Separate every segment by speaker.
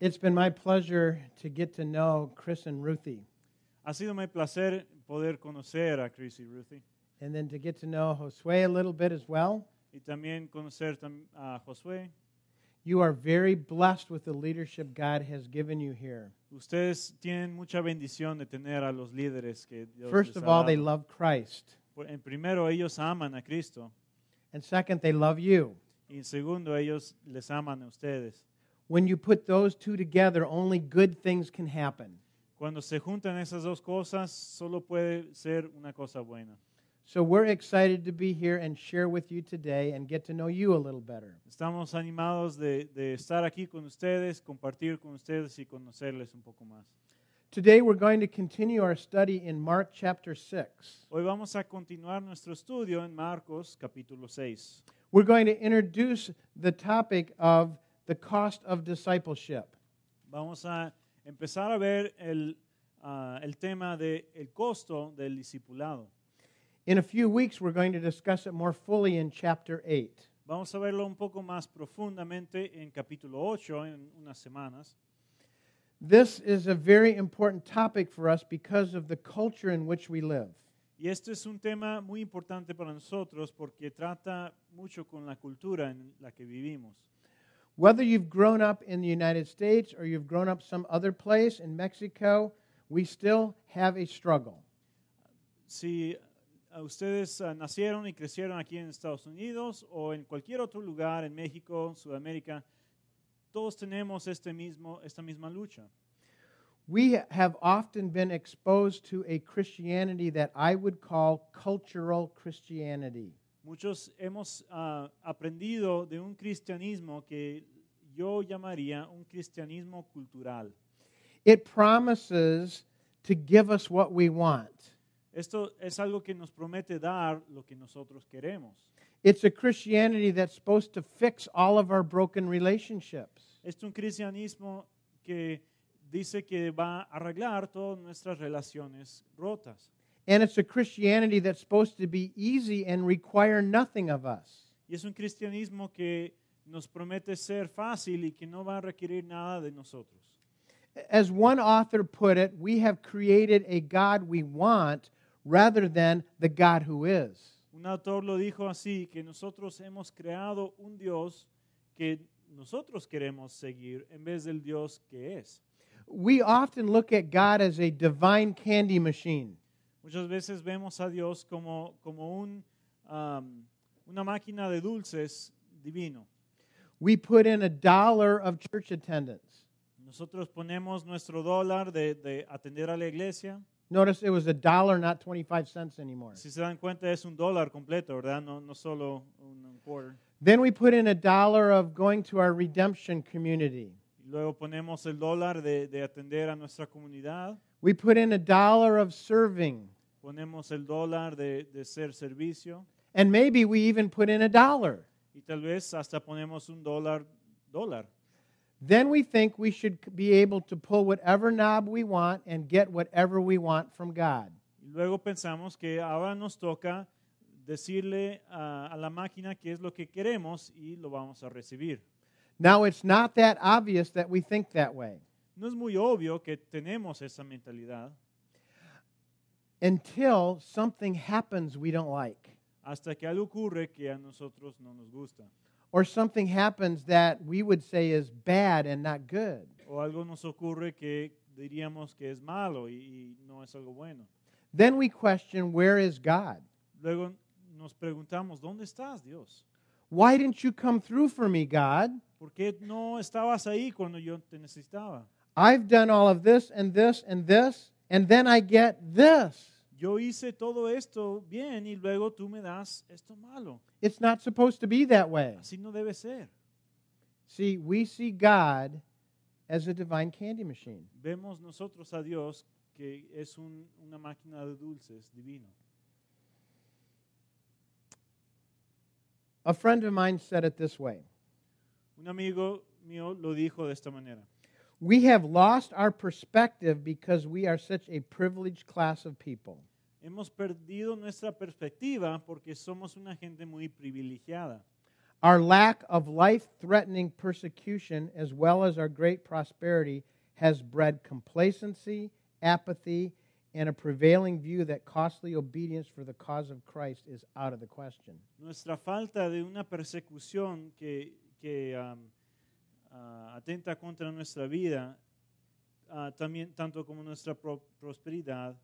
Speaker 1: It's been my pleasure to get to know Chris and Ruthie,
Speaker 2: Ha sido mi placer poder conocer a Chris y Ruthie
Speaker 1: and then to get to know Josue a little bit as well.
Speaker 2: y también conocer tam- a Josué.
Speaker 1: You are very blessed with the leadership God has given you here.
Speaker 2: Ustedes tienen mucha bendición de tener a los líderes que Dios
Speaker 1: First
Speaker 2: les ha
Speaker 1: of all, they
Speaker 2: dado.
Speaker 1: love Christ,
Speaker 2: Por- En primero, ellos aman a Cristo
Speaker 1: and second, they love you.
Speaker 2: y en segundo, ellos les aman a ustedes.
Speaker 1: When you put those two together, only good things can happen.
Speaker 2: Cuando se juntan esas dos cosas, solo puede ser una cosa buena.
Speaker 1: So we're excited to be here and share with you today and get to know you a little better.
Speaker 2: Estamos animados de, de estar aquí con ustedes, compartir con ustedes y conocerles un poco más.
Speaker 1: Today we're going to continue our study in Mark chapter 6.
Speaker 2: Hoy vamos a continuar nuestro estudio en Marcos capítulo 6.
Speaker 1: We're going to introduce the topic of the cost of discipleship.
Speaker 2: Vamos a empezar a ver el, ah, el tema del costo del discipulado.
Speaker 1: In a few weeks, we're going to discuss it more fully in chapter 8.
Speaker 2: Vamos a verlo un poco más profundamente en capítulo 8 en unas semanas.
Speaker 1: This is a very important topic for us because of the culture in which we live.
Speaker 2: Y este es un tema muy importante para nosotros porque trata mucho con la cultura en la que vivimos.
Speaker 1: Whether you've grown up in the United States or you've grown up some other place in Mexico, we still have a struggle.
Speaker 2: si ah, ustedes ah, nacieron y crecieron aquí en Estados Unidos o en cualquier otro lugar, en México, Sudamérica, todos tenemos este mismo, esta misma lucha.
Speaker 1: We have often been exposed to a Christianity that I would call cultural Christianity.
Speaker 2: Muchos hemos ah, aprendido de un cristianismo que yo llamaría un cristianismo cultural.
Speaker 1: It promises to give us what we want.
Speaker 2: Esto es algo que nos promete dar lo que nosotros queremos.
Speaker 1: It's a Christianity that's supposed to fix all of our broken relationships.
Speaker 2: Es un cristianismo que dice que va a arreglar todas nuestras relaciones rotas.
Speaker 1: And it's a Christianity that's supposed to be easy and require nothing of us.
Speaker 2: Y es un cristianismo que nos promete ser fácil y que no va a requerir nada de nosotros.
Speaker 1: As one author put it, we have created a God we want rather than the God who is.
Speaker 2: Un autor lo dijo así, que nosotros hemos creado un Dios que nosotros queremos seguir en vez del Dios que es.
Speaker 1: We often look at God as a divine candy machine.
Speaker 2: Muchas veces vemos a Dios como, como un, am, una máquina de dulces divino.
Speaker 1: We put in a dollar of church attendance.
Speaker 2: Nosotros ponemos nuestro dólar de, de atender a la iglesia.
Speaker 1: Notice it was a dollar, not 25 cents anymore.
Speaker 2: Si se dan cuenta, es un dólar completo, ¿verdad? No, no solo un un quarter.
Speaker 1: Then we put in a dollar of going to our redemption community.
Speaker 2: Y Luego ponemos el dólar de, de atender a nuestra comunidad,
Speaker 1: We put in a dollar of serving.
Speaker 2: ponemos el dólar de, de ser servicio
Speaker 1: And maybe we even put in a dollar.
Speaker 2: y tal vez hasta ponemos un dólar, dólar.
Speaker 1: Then we think we should be able to pull whatever knob we want and get whatever we want from God.
Speaker 2: Y luego pensamos que ahora nos toca decirle a, a la máquina qué es lo que queremos y lo vamos a recibir.
Speaker 1: Now, it's not that obvious that we think that way
Speaker 2: No es muy obvio que tenemos esa mentalidad
Speaker 1: until something happens we don't like,
Speaker 2: hasta que algo ocurre que a nosotros no nos gusta
Speaker 1: or something happens that we would say is bad and not good.
Speaker 2: o algo nos ocurre que diríamos que es malo y- y no es algo bueno.
Speaker 1: Then we question, where is God?
Speaker 2: Luego nos preguntamos, ¿dónde estás, Dios?
Speaker 1: Why didn't you come through for me, God?
Speaker 2: ¿Por qué no estabas ahí cuando yo te necesitaba?
Speaker 1: I've done all of this and this and this, and then I get this.
Speaker 2: Yo hice todo esto bien y luego tú me das esto malo.
Speaker 1: It's not supposed to be that way.
Speaker 2: Así no debe ser.
Speaker 1: See, we see God as a divine candy machine.
Speaker 2: Vemos nosotros a Dios que es un- una máquina de dulces divino.
Speaker 1: A friend of mine said it this way
Speaker 2: Un amigo mío lo dijo de esta manera.
Speaker 1: We have lost our perspective because we are such a privileged class of people.
Speaker 2: Hemos perdido nuestra perspectiva porque somos una gente muy privilegiada.
Speaker 1: Our lack of life threatening persecution, as well as our great prosperity, has bred complacency, apathy, and a prevailing view that costly obedience for the cause of Christ is out of the question.
Speaker 2: Nuestra falta de una persecución que, que, um, ah, atenta contra nuestra vida, ah, también tanto como nuestra pro- prosperidad,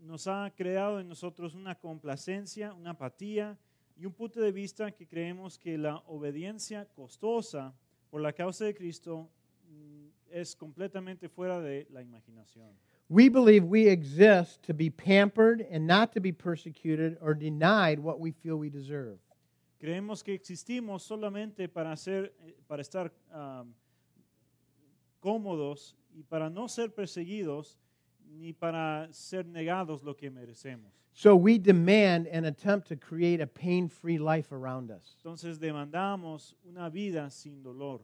Speaker 2: nos ha creado en nosotros una complacencia, una apatía y un punto de vista que creemos que la obediencia costosa por la causa de Cristo mm, es completamente fuera de la imaginación.
Speaker 1: We believe we exist to be pampered and not to be persecuted or denied what we feel we deserve.
Speaker 2: Creemos que existimos solamente para, hacer, eh, para estar um, cómodos y para no ser perseguidos ni para ser negados lo que merecemos.
Speaker 1: So we demand and attempt to create a pain free life around us.
Speaker 2: Entonces demandamos una vida sin dolor.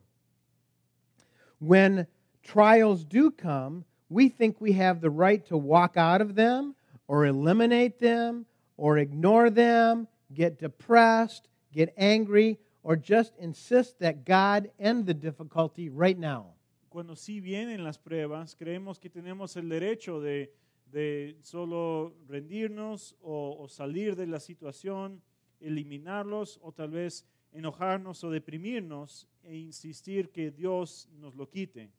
Speaker 1: When trials do come, we think we have the right to walk out of them or eliminate them or ignore them, get depressed, get angry, or just insist that God end the difficulty right now.
Speaker 2: Cuando sí vienen las pruebas, creemos que tenemos el derecho de, de solo rendirnos o, o salir de la situación, eliminarlos o tal vez enojarnos o deprimirnos e insistir que Dios nos lo quite.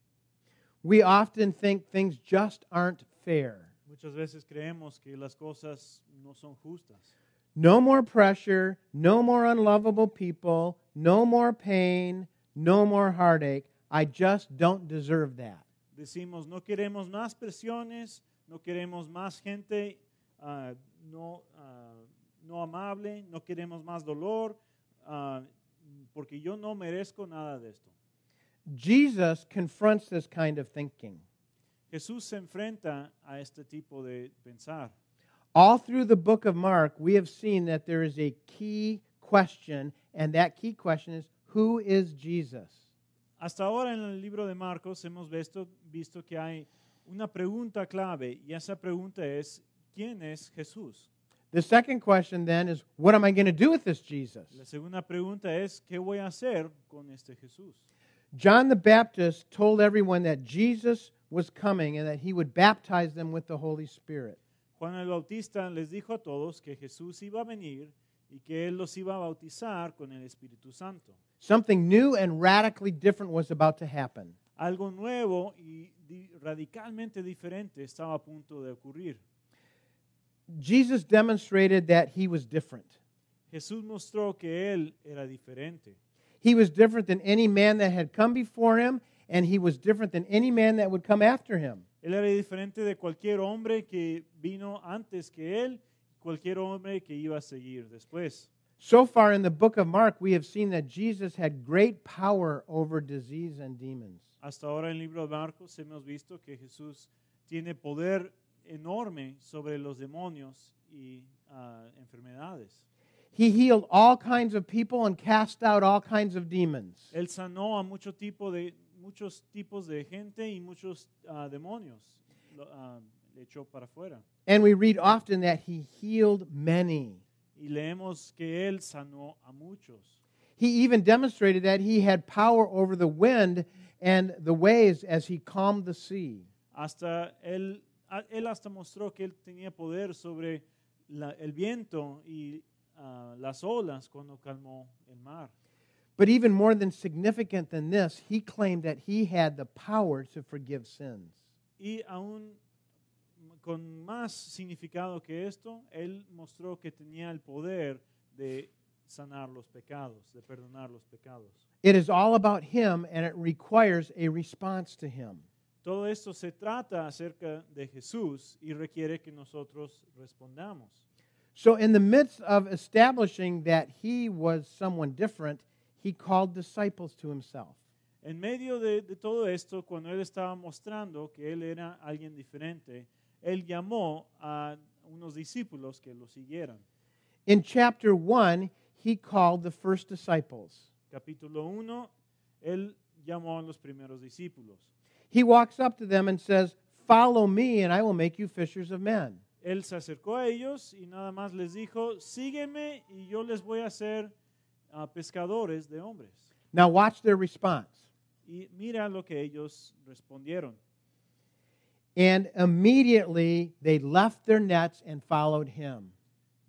Speaker 1: We often think things just aren't fair.
Speaker 2: Muchas veces creemos que las cosas no son justas.
Speaker 1: No more pressure, no more unlovable people, no more pain, no more heartache. I just don't deserve that.
Speaker 2: Decimos, no queremos más presiones, no queremos más gente ah, no, ah, no amable, no queremos más dolor, ah, porque yo no merezco nada de esto.
Speaker 1: Jesus confronts this kind of thinking.
Speaker 2: Jesús se enfrenta a este tipo de pensar.
Speaker 1: All through the book of Mark, we have seen that there is a key question, and that key question is who is Jesus?
Speaker 2: Hasta ahora en el libro de Marcos hemos visto, visto que hay una pregunta clave y esa pregunta es, ¿quién es Jesús?
Speaker 1: The second question then is what am I going to do with this Jesus?
Speaker 2: La segunda pregunta es, ¿qué voy a hacer con este Jesús?
Speaker 1: John the Baptist told everyone that Jesus was coming and that he would baptize them with the Holy Spirit.
Speaker 2: Juan el Bautista les dijo a todos que Jesús iba a venir y que él los iba a bautizar con el Espíritu Santo.
Speaker 1: Something new and radically different was about to happen.
Speaker 2: Algo nuevo y di- radicalmente diferente estaba a punto de ocurrir.
Speaker 1: Jesus demonstrated that he was different.
Speaker 2: Jesús mostró que él era diferente.
Speaker 1: He was different than any man that had come before him, and he was different than any man that would come after him.
Speaker 2: Él era diferente de cualquier hombre que vino antes que él, cualquier hombre que iba a seguir después.
Speaker 1: So far in the book of Mark, we have seen that Jesus had great power over disease and demons.
Speaker 2: Hasta ahora en el libro de Marcos hemos visto que Jesús tiene poder enorme sobre los demonios y ah, enfermedades.
Speaker 1: He healed all kinds of people and cast out all kinds of demons.
Speaker 2: Él sanó a mucho tipo de, muchos tipos de gente y muchos ah, demonios. Lo, ah, le echó para afuera.
Speaker 1: And we read often that he healed many.
Speaker 2: Y leemos que él sanó a muchos.
Speaker 1: He even demonstrated that he had power over the wind and the waves as he calmed the sea.
Speaker 2: Hasta él, a- él hasta mostró que él tenía poder sobre la- el viento y ah, las olas cuando calmó el mar.
Speaker 1: But even more than significant than this, he claimed that he had the power to forgive sins.
Speaker 2: Y aún con más significado que esto, él mostró que tenía el poder de sanar los pecados, de perdonar los pecados.
Speaker 1: It is all about him and it requires a response to him.
Speaker 2: Todo esto se trata acerca de Jesús y requiere que nosotros respondamos.
Speaker 1: So, in the midst of establishing that he was someone different, he called disciples to himself.
Speaker 2: En medio de, de todo esto, cuando él estaba mostrando que él era alguien diferente, él llamó a unos discípulos que lo siguieran.
Speaker 1: In chapter 1, he called the first disciples.
Speaker 2: Capítulo 1, él llamó a los primeros discípulos.
Speaker 1: He walks up to them and says, Follow me, and I will make you fishers of men.
Speaker 2: Él se acercó a ellos y nada más les dijo, sígueme y yo les voy a hacer ah, pescadores de hombres.
Speaker 1: Now, watch their response.
Speaker 2: Y mira lo que ellos respondieron.
Speaker 1: And immediately they left their nets and followed him.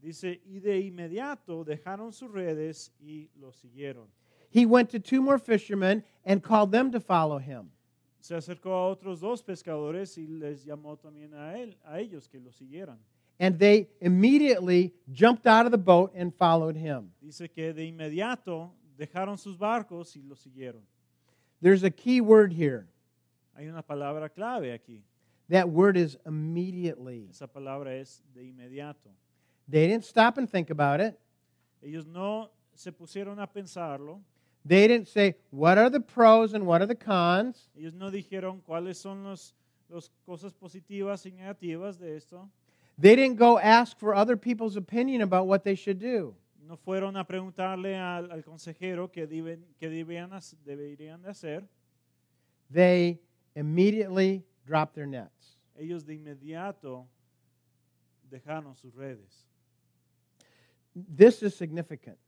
Speaker 2: Dice, y de inmediato dejaron sus redes y lo siguieron.
Speaker 1: He went to two more fishermen and called them to follow him.
Speaker 2: Se acercó a otros dos pescadores y les llamó también a, él, a ellos que lo siguieran.
Speaker 1: And they immediately jumped out of the boat and followed him.
Speaker 2: Dice que de inmediato dejaron sus barcos y lo siguieron.
Speaker 1: There's a key word here.
Speaker 2: Hay una palabra clave aquí.
Speaker 1: That word is immediately.
Speaker 2: Esa palabra es de inmediato.
Speaker 1: They didn't stop and think about it.
Speaker 2: Ellos no se pusieron a pensarlo.
Speaker 1: They didn't say, What are the pros and what are the cons?
Speaker 2: Ellos no dijeron cuáles son las los cosas positivas y negativas de esto.
Speaker 1: They didn't go ask for other people's opinion about what they should do.
Speaker 2: No fueron a preguntarle al, al consejero qué, deben- qué debían, hac- deberían de hacer.
Speaker 1: They immediately dropped their nets.
Speaker 2: Ellos de inmediato dejaron sus redes.
Speaker 1: This is significant.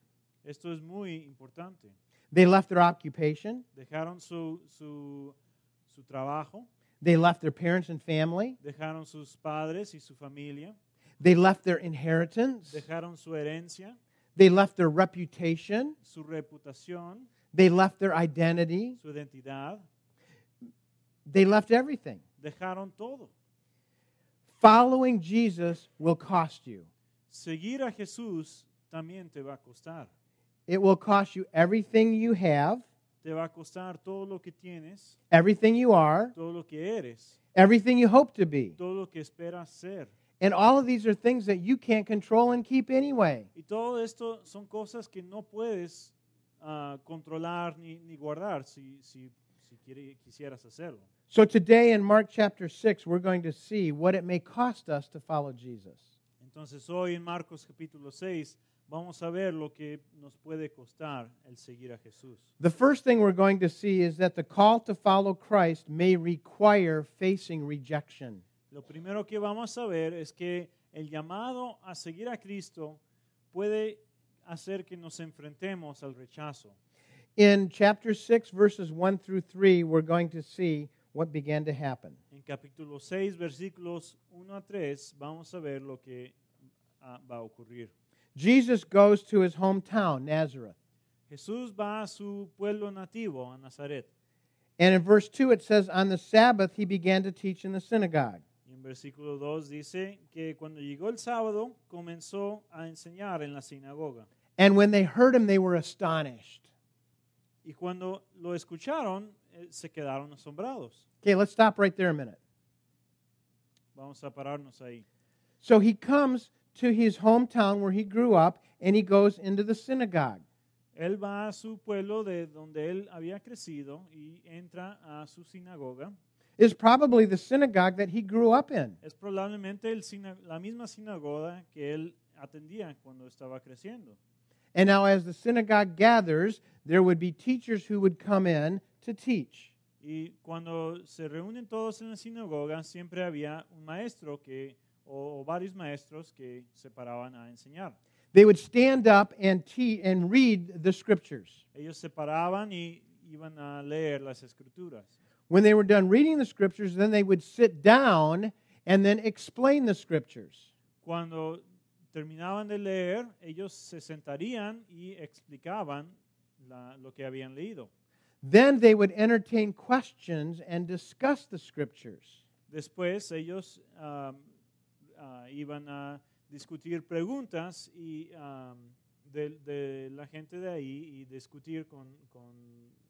Speaker 2: Esto es muy importante.
Speaker 1: They left their occupation,
Speaker 2: Dejaron su, su, su trabajo,
Speaker 1: they left their parents and family,
Speaker 2: dejaron sus padres y su familia,
Speaker 1: they left their inheritance,
Speaker 2: dejaron su herencia,
Speaker 1: they left their reputation,
Speaker 2: su reputación,
Speaker 1: they left their identity,
Speaker 2: su identidad.
Speaker 1: they left everything.
Speaker 2: Dejaron todo.
Speaker 1: Following Jesus will cost you.
Speaker 2: Seguir a Jesús también te va a costar.
Speaker 1: It will cost you everything you have,
Speaker 2: Te va a costar todo lo que tienes,
Speaker 1: everything you are,
Speaker 2: todo lo que eres,
Speaker 1: everything you hope to be.
Speaker 2: todo lo que esperas ser.
Speaker 1: And all of these are things that you can't control and keep anyway.
Speaker 2: Y todo esto son cosas que no puedes ah, controlar ni, ni guardar si, si, si quiere- quisieras hacerlo.
Speaker 1: So today in Mark chapter 6, we're going to see what it may cost us to follow Jesus.
Speaker 2: Entonces hoy en Marcos capítulo 6 vamos a ver lo que nos puede costar el seguir a Jesús.
Speaker 1: The first thing we're going to see is that the call to follow Christ may require facing rejection.
Speaker 2: Lo primero que vamos a ver es que el llamado a seguir a Cristo puede hacer que nos enfrentemos al rechazo.
Speaker 1: In chapter 6, verses 1 through 3, we're going to see what began to happen.
Speaker 2: En capítulo 6, versículos 1 a 3, vamos a ver lo que ah, va a ocurrir.
Speaker 1: Jesus goes to his hometown, Nazareth.
Speaker 2: Jesús va a su pueblo nativo, a Nazaret.
Speaker 1: And in verse 2, it says, On the Sabbath, he began to teach in the synagogue.
Speaker 2: Y en versículo 2 dice que cuando llegó el sábado comenzó a enseñar en la sinagoga.
Speaker 1: And when they heard him, they were astonished.
Speaker 2: Y cuando lo escucharon, eh, se quedaron asombrados.
Speaker 1: Okay, let's stop right there a minute.
Speaker 2: Vamos a pararnos ahí.
Speaker 1: So he comes to his hometown where he grew up and he goes into the synagogue.
Speaker 2: Él va a su pueblo de donde él había crecido y entra a su sinagoga.
Speaker 1: It's probably the synagogue that he grew up in.
Speaker 2: Es probablemente el sina- la misma sinagoga que él atendía cuando estaba creciendo.
Speaker 1: And now, as the synagogue gathers, there would be teachers who would come in to teach.
Speaker 2: Y cuando se reúnen todos en la sinagoga, siempre había un maestro que, o, o varios maestros que se paraban a enseñar.
Speaker 1: They would stand up and, te- and read the scriptures.
Speaker 2: Ellos se paraban y iban a leer las escrituras.
Speaker 1: When they were done reading the scriptures, then they would sit down and then explain the scriptures.
Speaker 2: Cuando terminaban de leer, ellos se sentarían y explicaban la- lo que habían leído.
Speaker 1: Then they would entertain questions and discuss the scriptures.
Speaker 2: Después ellos am, ah, iban a discutir preguntas y, am, de, de la gente de ahí y discutir con, con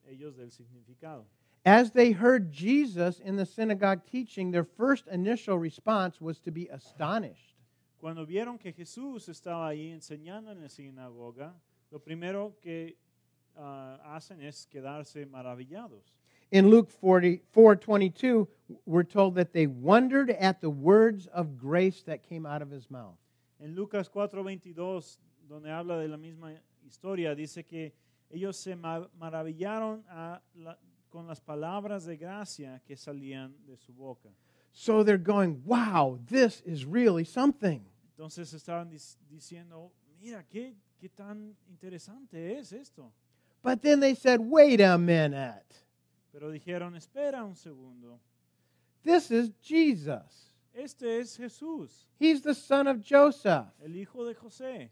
Speaker 2: ellos del significado.
Speaker 1: As they heard Jesus in the synagogue teaching, their first initial response was to be astonished.
Speaker 2: Cuando vieron que Jesús estaba ahí enseñando en la sinagoga, lo primero que ah, hacen es quedarse maravillados.
Speaker 1: In Luke 44 22, we're told that they wondered at the words of grace that came out of his mouth.
Speaker 2: En Lucas 4:22, donde habla de la misma historia, dice que ellos se ma- maravillaron a la- con las palabras de gracia que salían de su boca.
Speaker 1: So they're going, wow, this is really something.
Speaker 2: Entonces estaban dis- diciendo, mira, qué, qué tan interesante es esto.
Speaker 1: But then they said, wait a minute.
Speaker 2: Pero dijeron, espera un segundo,
Speaker 1: This is Jesus.
Speaker 2: este es Jesús,
Speaker 1: He's the son of Joseph.
Speaker 2: el hijo de José.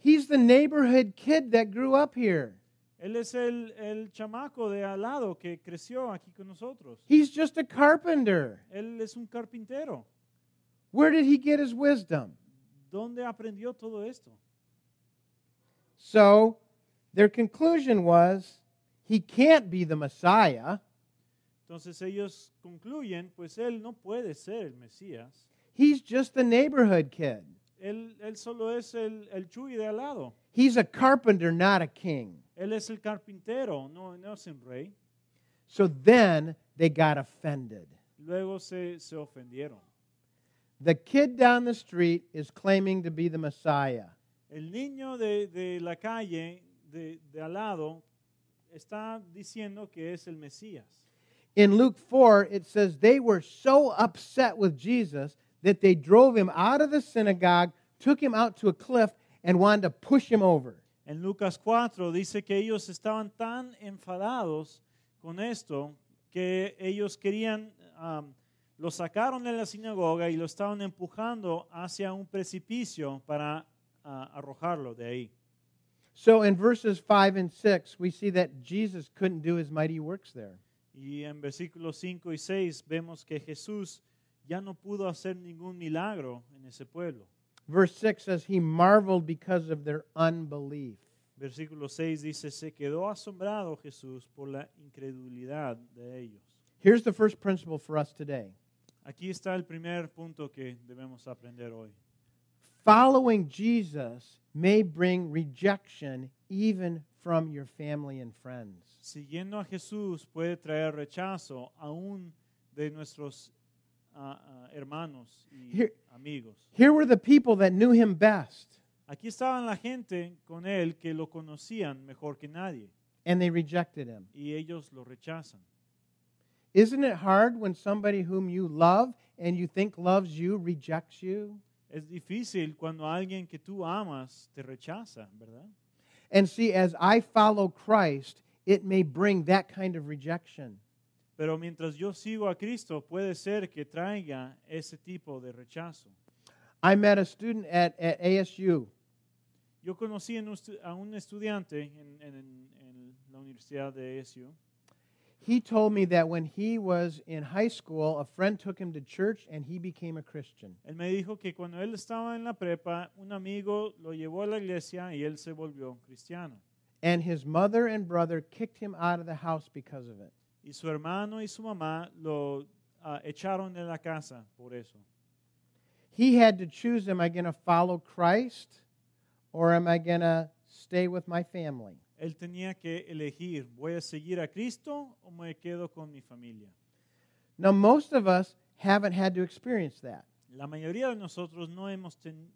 Speaker 1: He's the neighborhood kid that grew up here.
Speaker 2: Él es el, el chamaco de al lado que creció aquí con nosotros.
Speaker 1: He's just a carpenter.
Speaker 2: Él es un carpintero.
Speaker 1: Where did he get his wisdom?
Speaker 2: ¿Dónde aprendió todo esto?
Speaker 1: So their conclusion was he can't be the Messiah.
Speaker 2: Entonces ellos concluyen, pues él no puede ser el Mesías.
Speaker 1: He's just the neighborhood kid.
Speaker 2: Él, él solo es el, el Chuy de al lado.
Speaker 1: He's a carpenter, not a king.
Speaker 2: Él es el carpintero, no, no es un rey.
Speaker 1: So then they got offended.
Speaker 2: Luego se, se ofendieron.
Speaker 1: The kid down the street is claiming to be the Messiah.
Speaker 2: El niño de, de la calle, de, de al lado, está diciendo que es el Mesías.
Speaker 1: In Luke 4, it says they were so upset with Jesus that they drove him out of the synagogue, took him out to a cliff, and wanted to push him over.
Speaker 2: En Lucas 4 dice que ellos estaban tan enfadados con esto que ellos querían, am, lo sacaron de la sinagoga y lo estaban empujando hacia un precipicio para ah, arrojarlo de ahí.
Speaker 1: So in verses 5 and 6, we see that Jesus couldn't do his mighty works there.
Speaker 2: Y en versículos 5 y 6 vemos que Jesús ya no pudo hacer ningún milagro en ese pueblo.
Speaker 1: Verse 6 says he marveled because of their unbelief.
Speaker 2: Versículo 6 dice, se quedó asombrado Jesús por la incredulidad de ellos.
Speaker 1: Here's the first principle for us today
Speaker 2: Aquí está el primer punto que debemos aprender hoy.
Speaker 1: following Jesus may bring rejection even from your family and friends.
Speaker 2: Siguiendo a Jesús puede traer rechazo aún de nuestros ah, ah, hermanos y
Speaker 1: Here-
Speaker 2: amigos.
Speaker 1: Here were the people that knew him best,
Speaker 2: Aquí estaban la gente con él que lo conocían mejor que nadie
Speaker 1: and they rejected him.
Speaker 2: y ellos lo rechazan.
Speaker 1: Isn't it hard when somebody whom you love and you think loves you rejects you?
Speaker 2: Es difícil cuando alguien que tú amas te rechaza, ¿verdad?
Speaker 1: And see, as I follow Christ, it may bring that kind of rejection.
Speaker 2: Pero mientras yo sigo a Cristo, puede ser que traiga ese tipo de rechazo.
Speaker 1: I met a student at, at ASU.
Speaker 2: Yo conocí en un estu- a un estudiante en, en- en la Universidad de ESU
Speaker 1: He told me that when he was in high school, a friend took him to church and he became a Christian.
Speaker 2: Él me dijo que cuando él estaba en la prepa, un amigo lo llevó a la iglesia y él se volvió cristiano.
Speaker 1: And his mother and brother kicked him out of the house because of it.
Speaker 2: Y su hermano y su mamá lo ah, echaron de la casa por eso.
Speaker 1: He had to choose am I going to follow Christ or am I going to stay with my family?
Speaker 2: Él tenía que elegir, ¿voy a seguir a Cristo o me quedo con mi familia?
Speaker 1: Now, most of us haven't had to experience that.
Speaker 2: La mayoría de nosotros no hemos ten-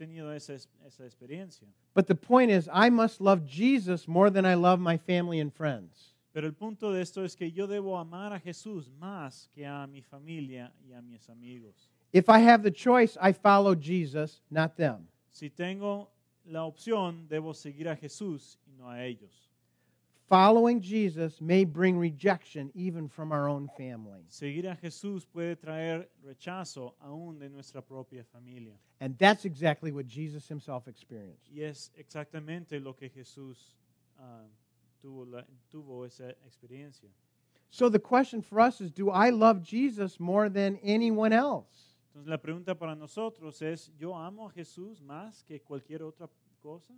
Speaker 2: tenido esa, es- esa experiencia.
Speaker 1: But the point is, I must love Jesus more than I love my family and friends.
Speaker 2: Pero el punto de esto es que yo debo amar a Jesús más que a mi familia y a mis amigos.
Speaker 1: If I have the choice, I follow Jesus, not them.
Speaker 2: Si tengo la opción, debo seguir a Jesús y no a ellos.
Speaker 1: Following Jesus may bring rejection even from our own families.
Speaker 2: Seguir a Jesús puede traer rechazo aún de nuestra propia familia.
Speaker 1: And that's exactly what Jesus himself experienced.
Speaker 2: Y es exactamente lo que Jesús ah, tuvo, la- tuvo esa experiencia.
Speaker 1: So the question for us is do I love Jesus more than anyone else?
Speaker 2: Entonces la pregunta para nosotros es, ¿yo amo a Jesús más que cualquier otra cosa?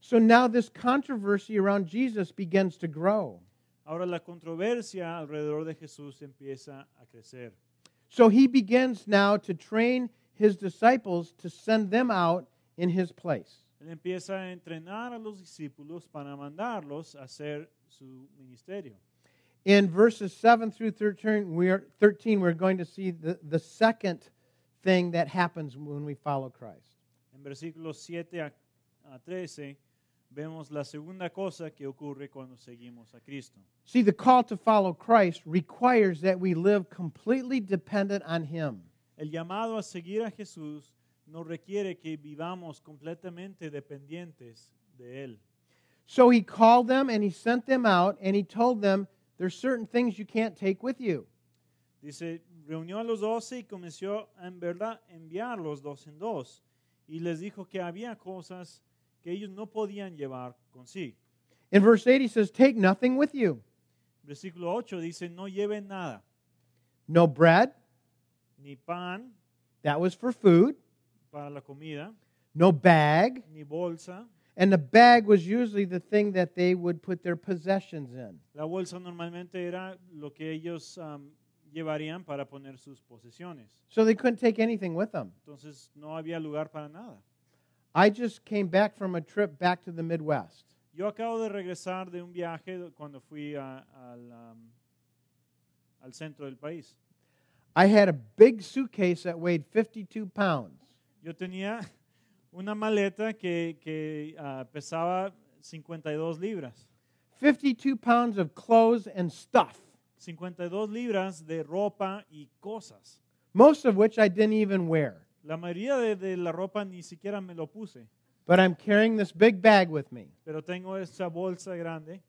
Speaker 1: So now this controversy around Jesus begins to grow.
Speaker 2: Ahora la controversia alrededor de Jesús empieza a crecer.
Speaker 1: So he begins now to train his disciples to send them out in his place.
Speaker 2: Él empieza a entrenar a los discípulos para mandarlos a hacer su ministerio.
Speaker 1: In verses 7 through 13, we are, 13 we're going to see the, the second thing that happens when we follow Christ.
Speaker 2: En versículos 7 a, a 13 vemos la segunda cosa que ocurre cuando seguimos a Cristo.
Speaker 1: See, the call to follow Christ requires that we live completely dependent on him.
Speaker 2: El llamado a seguir a Jesús nos requiere que vivamos completamente dependientes de Él.
Speaker 1: So he called them and he sent them out and he told them, There's certain things you can't take with you.
Speaker 2: Dice, reunió a los doce y comenzó a, en verdad a enviarlos dos en dos. Y les dijo que había cosas que ellos no podían llevar consigo.
Speaker 1: In verse 8, he says, Take nothing with you
Speaker 2: Versículo 8 dice, no lleven nada,
Speaker 1: no bread,
Speaker 2: ni pan
Speaker 1: that was for food,
Speaker 2: para la comida,
Speaker 1: no bag,
Speaker 2: ni bolsa.
Speaker 1: and the bag was usually the thing that they would put their possessions in.
Speaker 2: La bolsa normalmente era lo que ellos am, llevarían para poner sus posesiones.
Speaker 1: So they couldn't take anything with them.
Speaker 2: Entonces no había lugar para nada.
Speaker 1: I just came back from a trip back to the Midwest.
Speaker 2: Yo acabo de regresar de un viaje do- cuando fui a- al, am, al centro del país.
Speaker 1: I had a big suitcase that weighed 52 pounds.
Speaker 2: Yo tenía una maleta que, que, ah, pesaba 52 libras.
Speaker 1: 52 pounds of clothes and stuff,
Speaker 2: 52 libras de ropa y cosas.
Speaker 1: most of which I didn't even wear.
Speaker 2: La mayoría de, de la ropa ni siquiera me lo puse,
Speaker 1: But I'm carrying this big bag with me.
Speaker 2: pero tengo esa bolsa grande.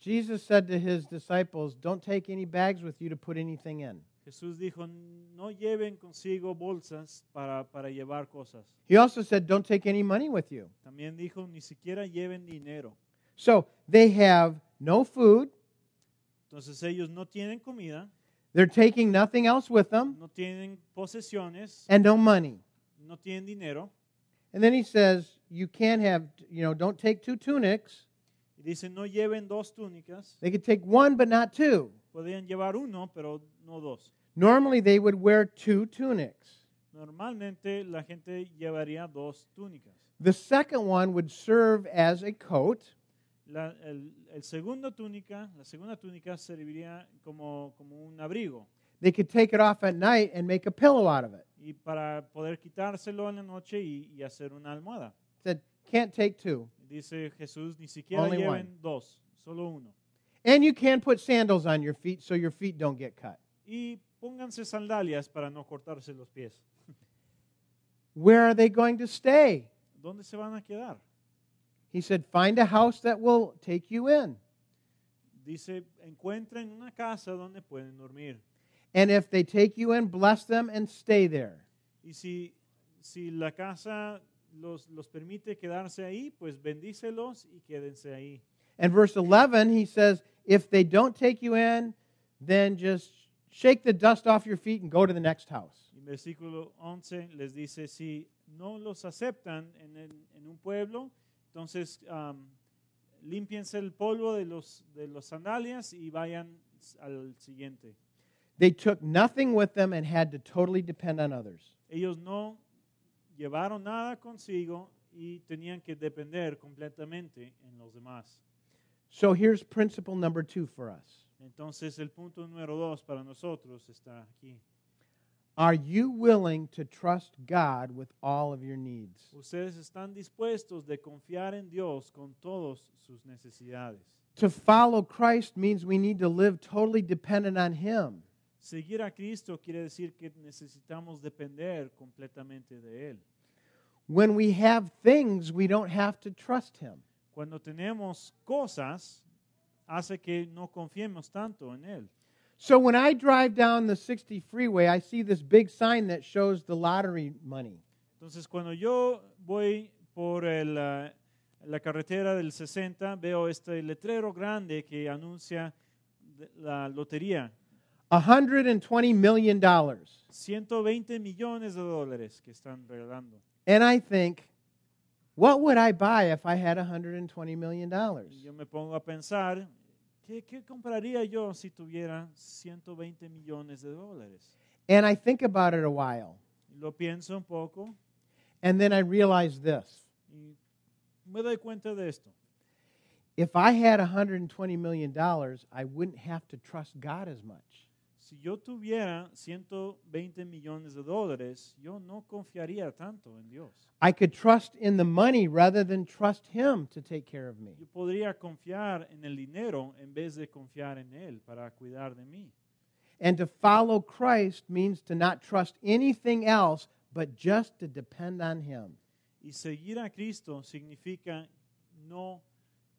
Speaker 1: Jesus said to his disciples, Don't take any bags with you to put anything in.
Speaker 2: Jesús dijo, no lleven consigo bolsas para, para llevar cosas.
Speaker 1: He also said, Don't take any money with you.
Speaker 2: También dijo, ni siquiera lleven dinero.
Speaker 1: So they have no food.
Speaker 2: Entonces ellos no tienen comida,
Speaker 1: They're taking nothing else with them
Speaker 2: no tienen posesiones,
Speaker 1: and no money.
Speaker 2: no tienen dinero.
Speaker 1: And then he says, You can't have, you know, don't take two tunics.
Speaker 2: Y dice, no lleven dos túnicas.
Speaker 1: They could take one, but not two.
Speaker 2: Podrían llevar uno, pero no dos.
Speaker 1: Normally, they would wear two tunics.
Speaker 2: Normalmente la gente llevaría dos túnicas.
Speaker 1: The second one would serve as a coat,
Speaker 2: La, el, el segundo túnica, la segunda túnica serviría como, como un abrigo.
Speaker 1: they could take it off at night and make a pillow out of it.
Speaker 2: Y para poder quitárselo en la noche y, y hacer una almohada.
Speaker 1: Said, Can't take two.
Speaker 2: Dice Jesús, ni siquiera
Speaker 1: Only
Speaker 2: lleven
Speaker 1: one.
Speaker 2: dos, solo uno.
Speaker 1: And you can put sandals on your feet so your feet don't get cut.
Speaker 2: Y pónganse sandalias para no cortarse los pies.
Speaker 1: Where are they going to stay?
Speaker 2: ¿Dónde se van a quedar?
Speaker 1: He said, Find a house that will take you in.
Speaker 2: Dice, encuentren una casa donde pueden dormir.
Speaker 1: And if they take you in, bless them and stay there.
Speaker 2: Y si, si la casa los, los permite quedarse ahí, pues bendícelos y quédense ahí.
Speaker 1: And verse 11, he says, If they don't take you in, then just shake the dust off your feet and go to the next house.
Speaker 2: Y versículo 11 les dice, si no los aceptan en, el- en un pueblo, entonces am, límpiense el polvo de los, de los sandalias y vayan s- al siguiente.
Speaker 1: They took nothing with them and had to totally depend on others.
Speaker 2: Ellos no llevaron nada consigo y tenían que depender completamente en los demás.
Speaker 1: So here's principle number two for us
Speaker 2: Entonces el punto número dos para nosotros está aquí.
Speaker 1: Are you willing to trust God with all of your needs?
Speaker 2: Ustedes están dispuestos de confiar en Dios con todas sus necesidades.
Speaker 1: To follow Christ means we need to live totally dependent on Him.
Speaker 2: Seguir a Cristo quiere decir que necesitamos depender completamente de Él.
Speaker 1: When we have things, we don't have to trust Him.
Speaker 2: Cuando tenemos cosas, hace que no confiemos tanto en Él.
Speaker 1: So when I drive down the 60 freeway, I see this big sign that shows the lottery money.
Speaker 2: Entonces, cuando yo voy por el, ah, la carretera del 60, veo este letrero grande que anuncia de- la lotería.
Speaker 1: $120 million.
Speaker 2: 120 millones de dólares que están regalando.
Speaker 1: And I think, what would I buy if I had $120 million?
Speaker 2: Y yo me pongo a pensar, ¿qué, qué compraría yo si tuviera 120 millones de dólares?
Speaker 1: And I think about it a while.
Speaker 2: Lo pienso un poco
Speaker 1: And then I realize this
Speaker 2: y me doy cuenta de esto.
Speaker 1: if I had $120 million, I wouldn't have to trust God as much.
Speaker 2: Si yo tuviera 120 millones de dólares, yo no confiaría tanto en Dios.
Speaker 1: I could trust in the money rather than trust Him to take care of me.
Speaker 2: Yo podría confiar en el dinero en vez de confiar en Él para cuidar de mí.
Speaker 1: And to follow Christ means to not trust anything else but just to depend on Him.
Speaker 2: Y seguir a Cristo significa no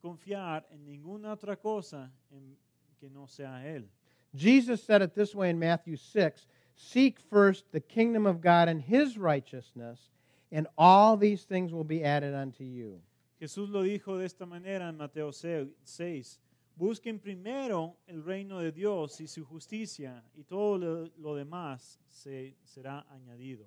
Speaker 2: confiar en ninguna otra cosa en- que no sea Él.
Speaker 1: Jesus said it this way in Matthew 6 Seek first the kingdom of God and His righteousness, and all these things will be added unto you.
Speaker 2: Jesús lo dijo de esta manera en Mateo 6. Busquen primero el reino de Dios y su justicia, y todo lo, lo demás se, será añadido.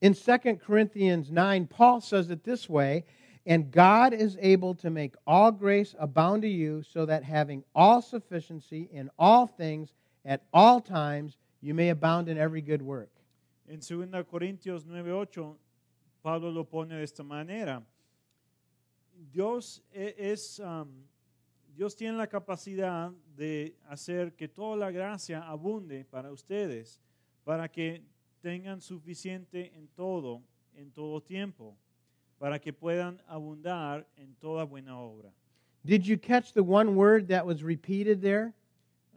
Speaker 1: In 2 Corinthians 9, Paul says it this way And God is able to make all grace abound to you, so that having all sufficiency in all things at all times, you may abound in every good work.
Speaker 2: En 2 Corintios 9:8, Pablo lo pone de esta manera. Dios e- es am, Dios tiene la capacidad de hacer que toda la gracia abunde para ustedes, para que tengan suficiente en todo, en todo tiempo, para que puedan abundar en toda buena obra.
Speaker 1: Did you catch the one word that was repeated there?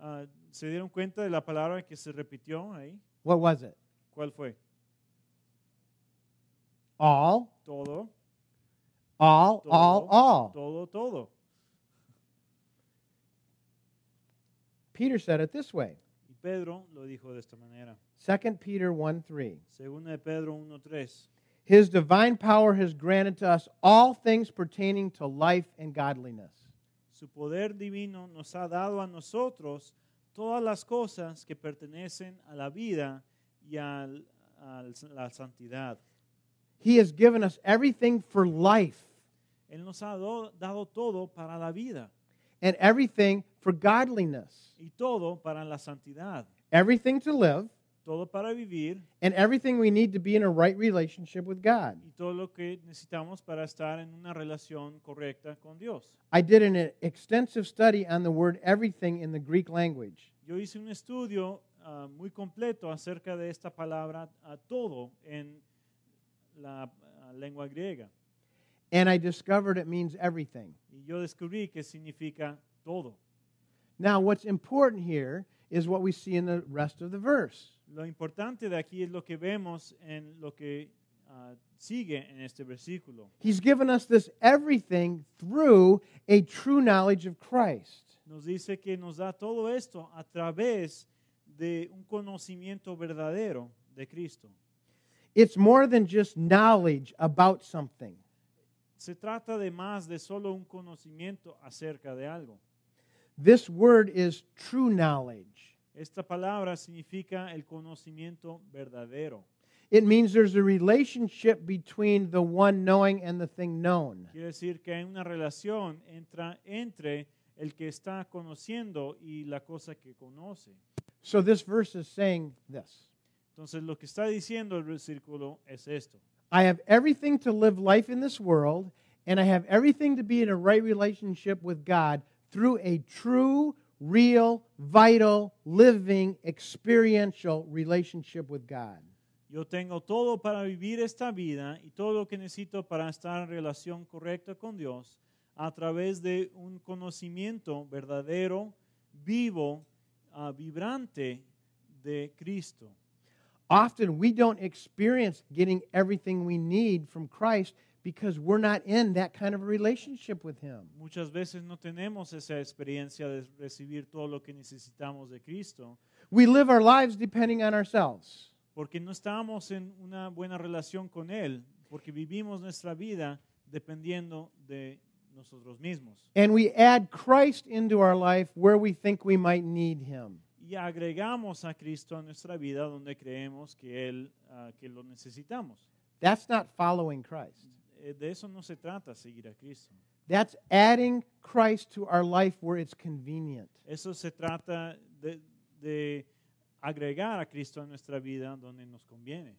Speaker 2: Ah, ¿Se dieron cuenta de la palabra que se repitió ahí?
Speaker 1: What was it?
Speaker 2: ¿Cuál fue?
Speaker 1: All,
Speaker 2: Todo,
Speaker 1: all,
Speaker 2: todo,
Speaker 1: all, all.
Speaker 2: todo, todo.
Speaker 1: Peter said it this way
Speaker 2: Y Pedro lo dijo de esta manera.
Speaker 1: 2 Peter 1 3.
Speaker 2: Segunda de Pedro 1.3.
Speaker 1: His divine power has granted to us all things pertaining to life and godliness.
Speaker 2: Su poder divino nos ha dado a nosotros todas las cosas que pertenecen a la vida y al- a la santidad.
Speaker 1: He has given us everything for life
Speaker 2: Él nos ha do- dado todo para la vida
Speaker 1: and everything for godliness.
Speaker 2: y todo para la santidad.
Speaker 1: Everything to live
Speaker 2: Todo para vivir
Speaker 1: and everything we need to be in a right relationship with God.
Speaker 2: y todo lo que necesitamos para estar en una relación correcta con Dios.
Speaker 1: I did an extensive study on the word everything in the Greek language.
Speaker 2: Yo hice un estudio ah, muy completo acerca de esta palabra a todo en la ah, lengua griega.
Speaker 1: And I discovered it means everything.
Speaker 2: Y yo descubrí que significa todo.
Speaker 1: Now, what's important here is what we see in the rest of the verse.
Speaker 2: Lo importante de aquí es lo que vemos en lo que ah, sigue en este versículo.
Speaker 1: He's given us this everything through a true knowledge of Christ.
Speaker 2: Nos dice que nos da todo esto a través de un conocimiento verdadero de Cristo.
Speaker 1: It's more than just knowledge about something,
Speaker 2: Se trata de más de solo un conocimiento acerca de algo.
Speaker 1: this word is true knowledge.
Speaker 2: Esta palabra significa el conocimiento verdadero.
Speaker 1: It means there's a relationship between the one knowing and the thing known.
Speaker 2: Quiere decir que hay una relación entra- entre el que está conociendo y la cosa que conoce.
Speaker 1: So this verse is saying this
Speaker 2: Entonces lo que está diciendo el versículo es esto.
Speaker 1: I have everything to live life in this world, and I have everything to be in a right relationship with God through a true, real, vital, living, experiential relationship with God.
Speaker 2: Yo tengo todo para vivir esta vida y todo lo que necesito para estar en relación correcta con Dios a través de un conocimiento verdadero, vivo, ah, vibrante de Cristo.
Speaker 1: Often we don't experience getting everything we need from Christ because we're not in that kind of a relationship with Him.
Speaker 2: Muchas veces no tenemos esa experiencia de recibir todo lo que necesitamos de Cristo
Speaker 1: We live our lives depending on ourselves.
Speaker 2: porque no estamos en una buena relación con Él, porque vivimos nuestra vida dependiendo de nosotros mismos.
Speaker 1: And we add Christ into our life where we think we might need Him.
Speaker 2: Y agregamos a Cristo a nuestra vida donde creemos que Él ah, que lo necesitamos.
Speaker 1: That's not following Christ.
Speaker 2: Eh, De eso no se trata, seguir a Cristo.
Speaker 1: That's adding Christ to our life where it's convenient.
Speaker 2: Eso se trata de, de agregar a Cristo a nuestra vida donde nos conviene.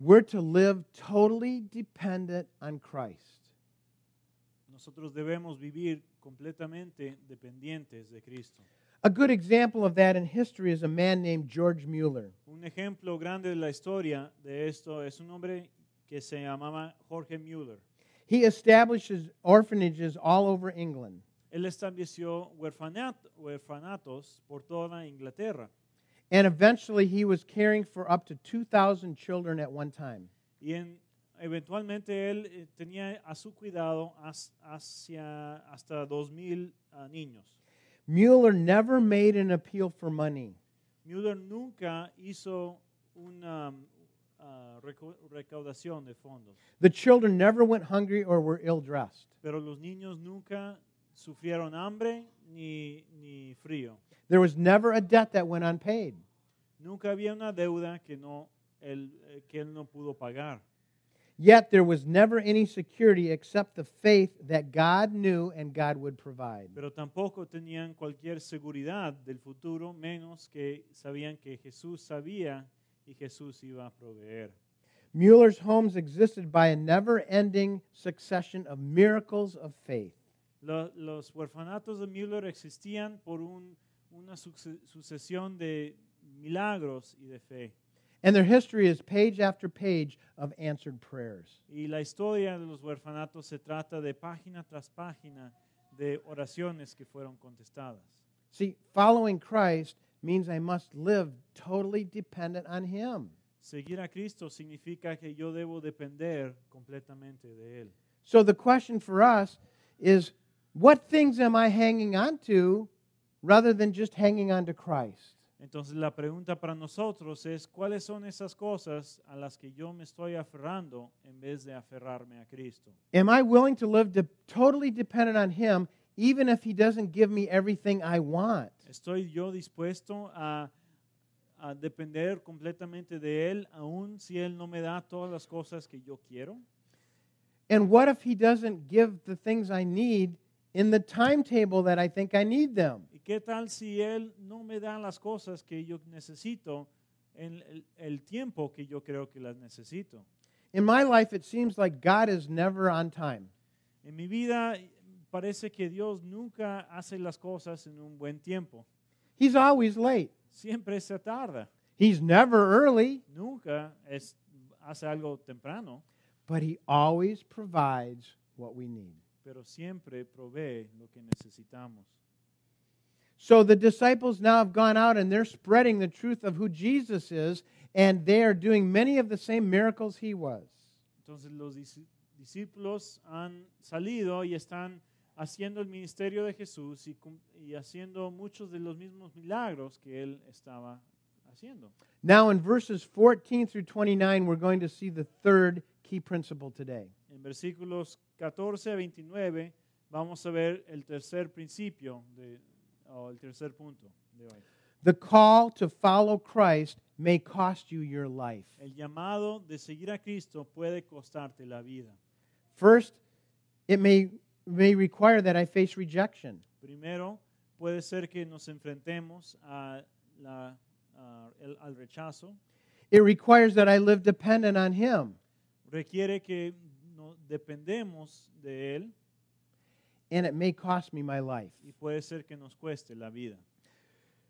Speaker 1: We're to live totally dependent on Christ.
Speaker 2: Nosotros debemos vivir completamente dependientes de Cristo.
Speaker 1: A good example of that in history is a man named George Mueller.
Speaker 2: Un ejemplo grande de la historia de esto es un hombre que se llamaba Jorge Müller.
Speaker 1: He establishes orphanages all over England.
Speaker 2: Él estableció huerfanat- huerfanatos por toda Inglaterra.
Speaker 1: And eventually, he was caring for up to 2,000 children at one time.
Speaker 2: Y en- eventualmente él eh, tenía a su cuidado has- hacia hasta 2.000 ah, niños.
Speaker 1: Mueller never made an appeal for money.
Speaker 2: Mueller nunca hizo una ah, reco- recaudación de fondos,
Speaker 1: The children never went hungry or were ill dressed.
Speaker 2: pero los niños nunca sufrieron hambre ni, ni frío.
Speaker 1: There was never a debt that went unpaid.
Speaker 2: Nunca había una deuda que, no, él, eh, que él no pudo pagar.
Speaker 1: Yet there was never any security except the faith that God knew and God would provide.
Speaker 2: Pero tampoco tenían cualquier seguridad del futuro, menos que sabían que Jesús sabía y Jesús iba a proveer.
Speaker 1: Mueller's homes existed by a never ending succession of miracles of faith.
Speaker 2: Lo- los huerfanatos de Müller existían por un- una suce- sucesión de milagros y de fe.
Speaker 1: And their history is page after page of answered prayers.
Speaker 2: Y la historia de los huerfanatos se trata de página tras página de oraciones que fueron contestadas.
Speaker 1: See, following Christ means I must live totally dependent on Him.
Speaker 2: Seguir a Cristo significa que yo debo depender completamente de Él.
Speaker 1: So the question for us is what things am I hanging on to rather than just hanging on to Christ?
Speaker 2: Entonces la pregunta para nosotros es, ¿cuáles son esas cosas a las que yo me estoy aferrando en vez de aferrarme a Cristo?
Speaker 1: Am I willing to live de- totally dependent on Him even if He doesn't give me everything I want?
Speaker 2: ¿Estoy yo dispuesto a, a depender completamente de Él, aun si Él no me da todas las cosas que yo quiero?
Speaker 1: And what if He doesn't give the things I need in the timetable that I think I need them?
Speaker 2: ¿Y qué tal si Él no me da las cosas que yo necesito en el, el tiempo que yo creo que las necesito?
Speaker 1: In my life, it seems like God is never on time.
Speaker 2: En mi vida parece que Dios nunca hace las cosas en un buen tiempo.
Speaker 1: He's always late,
Speaker 2: Siempre se tarda.
Speaker 1: He's never early,
Speaker 2: nunca es, hace algo temprano,
Speaker 1: but He always provides what we need.
Speaker 2: pero siempre provee lo que necesitamos.
Speaker 1: So the disciples now have gone out and they're spreading the truth of who Jesus is, and they are doing many of the same miracles he was.
Speaker 2: Entonces los dis- discípulos han salido y están haciendo el ministerio de Jesús y, cum- y haciendo muchos de los mismos milagros que él estaba haciendo.
Speaker 1: Now, in verses 14 through 29, we're going to see the third key principle today.
Speaker 2: En versículos 14 a 29 vamos a ver el tercer principio de- o el tercer punto de hoy.
Speaker 1: The call to follow Christ may cost you your life.
Speaker 2: El llamado de seguir a Cristo puede costarte la vida.
Speaker 1: First, it may, may require that I face rejection.
Speaker 2: Primero, puede ser que nos enfrentemos a la- a el- al rechazo.
Speaker 1: It requires that I live dependent on him,
Speaker 2: Requiere que no- dependemos de Él
Speaker 1: and it may cost me my life.
Speaker 2: y puede ser que nos cueste la vida.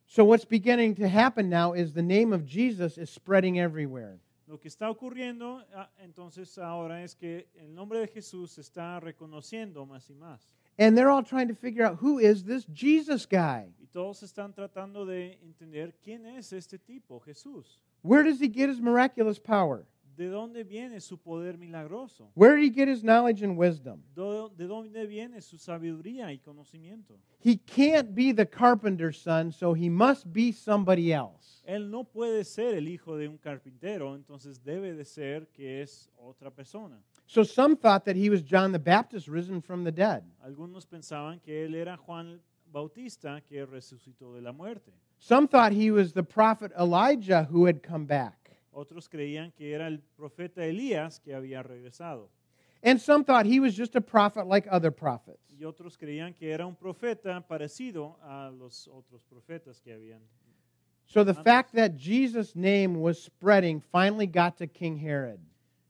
Speaker 1: So, what's beginning to happen now is the name of Jesus is spreading everywhere.
Speaker 2: Lo que está ocurriendo ah, entonces ahora es que el nombre de Jesús se está reconociendo más y más.
Speaker 1: And they're all trying to figure out who is this Jesus guy?
Speaker 2: Y todos están tratando de entender quién es este tipo, Jesús.
Speaker 1: Where does he get his miraculous power?
Speaker 2: ¿De dónde viene su poder milagroso?
Speaker 1: Where did he get his knowledge and wisdom?
Speaker 2: ¿Do- ¿De dónde viene su sabiduría y conocimiento?
Speaker 1: He can't be the carpenter's son, so he must be somebody else.
Speaker 2: Él no puede ser el hijo de un carpintero, entonces debe de ser que es otra persona.
Speaker 1: So some thought that he was John the Baptist risen from the dead.
Speaker 2: Algunos pensaban que él era Juan Bautista que resucitó de la muerte.
Speaker 1: Some thought he was the prophet Elijah who had come back.
Speaker 2: Otros creían que era el profeta Elías que había regresado.
Speaker 1: And some thought he was just a prophet like other prophets.
Speaker 2: Y otros creían que era un profeta parecido a los otros profetas que habían.
Speaker 1: So the fact that Jesus' name was spreading finally got to King Herod.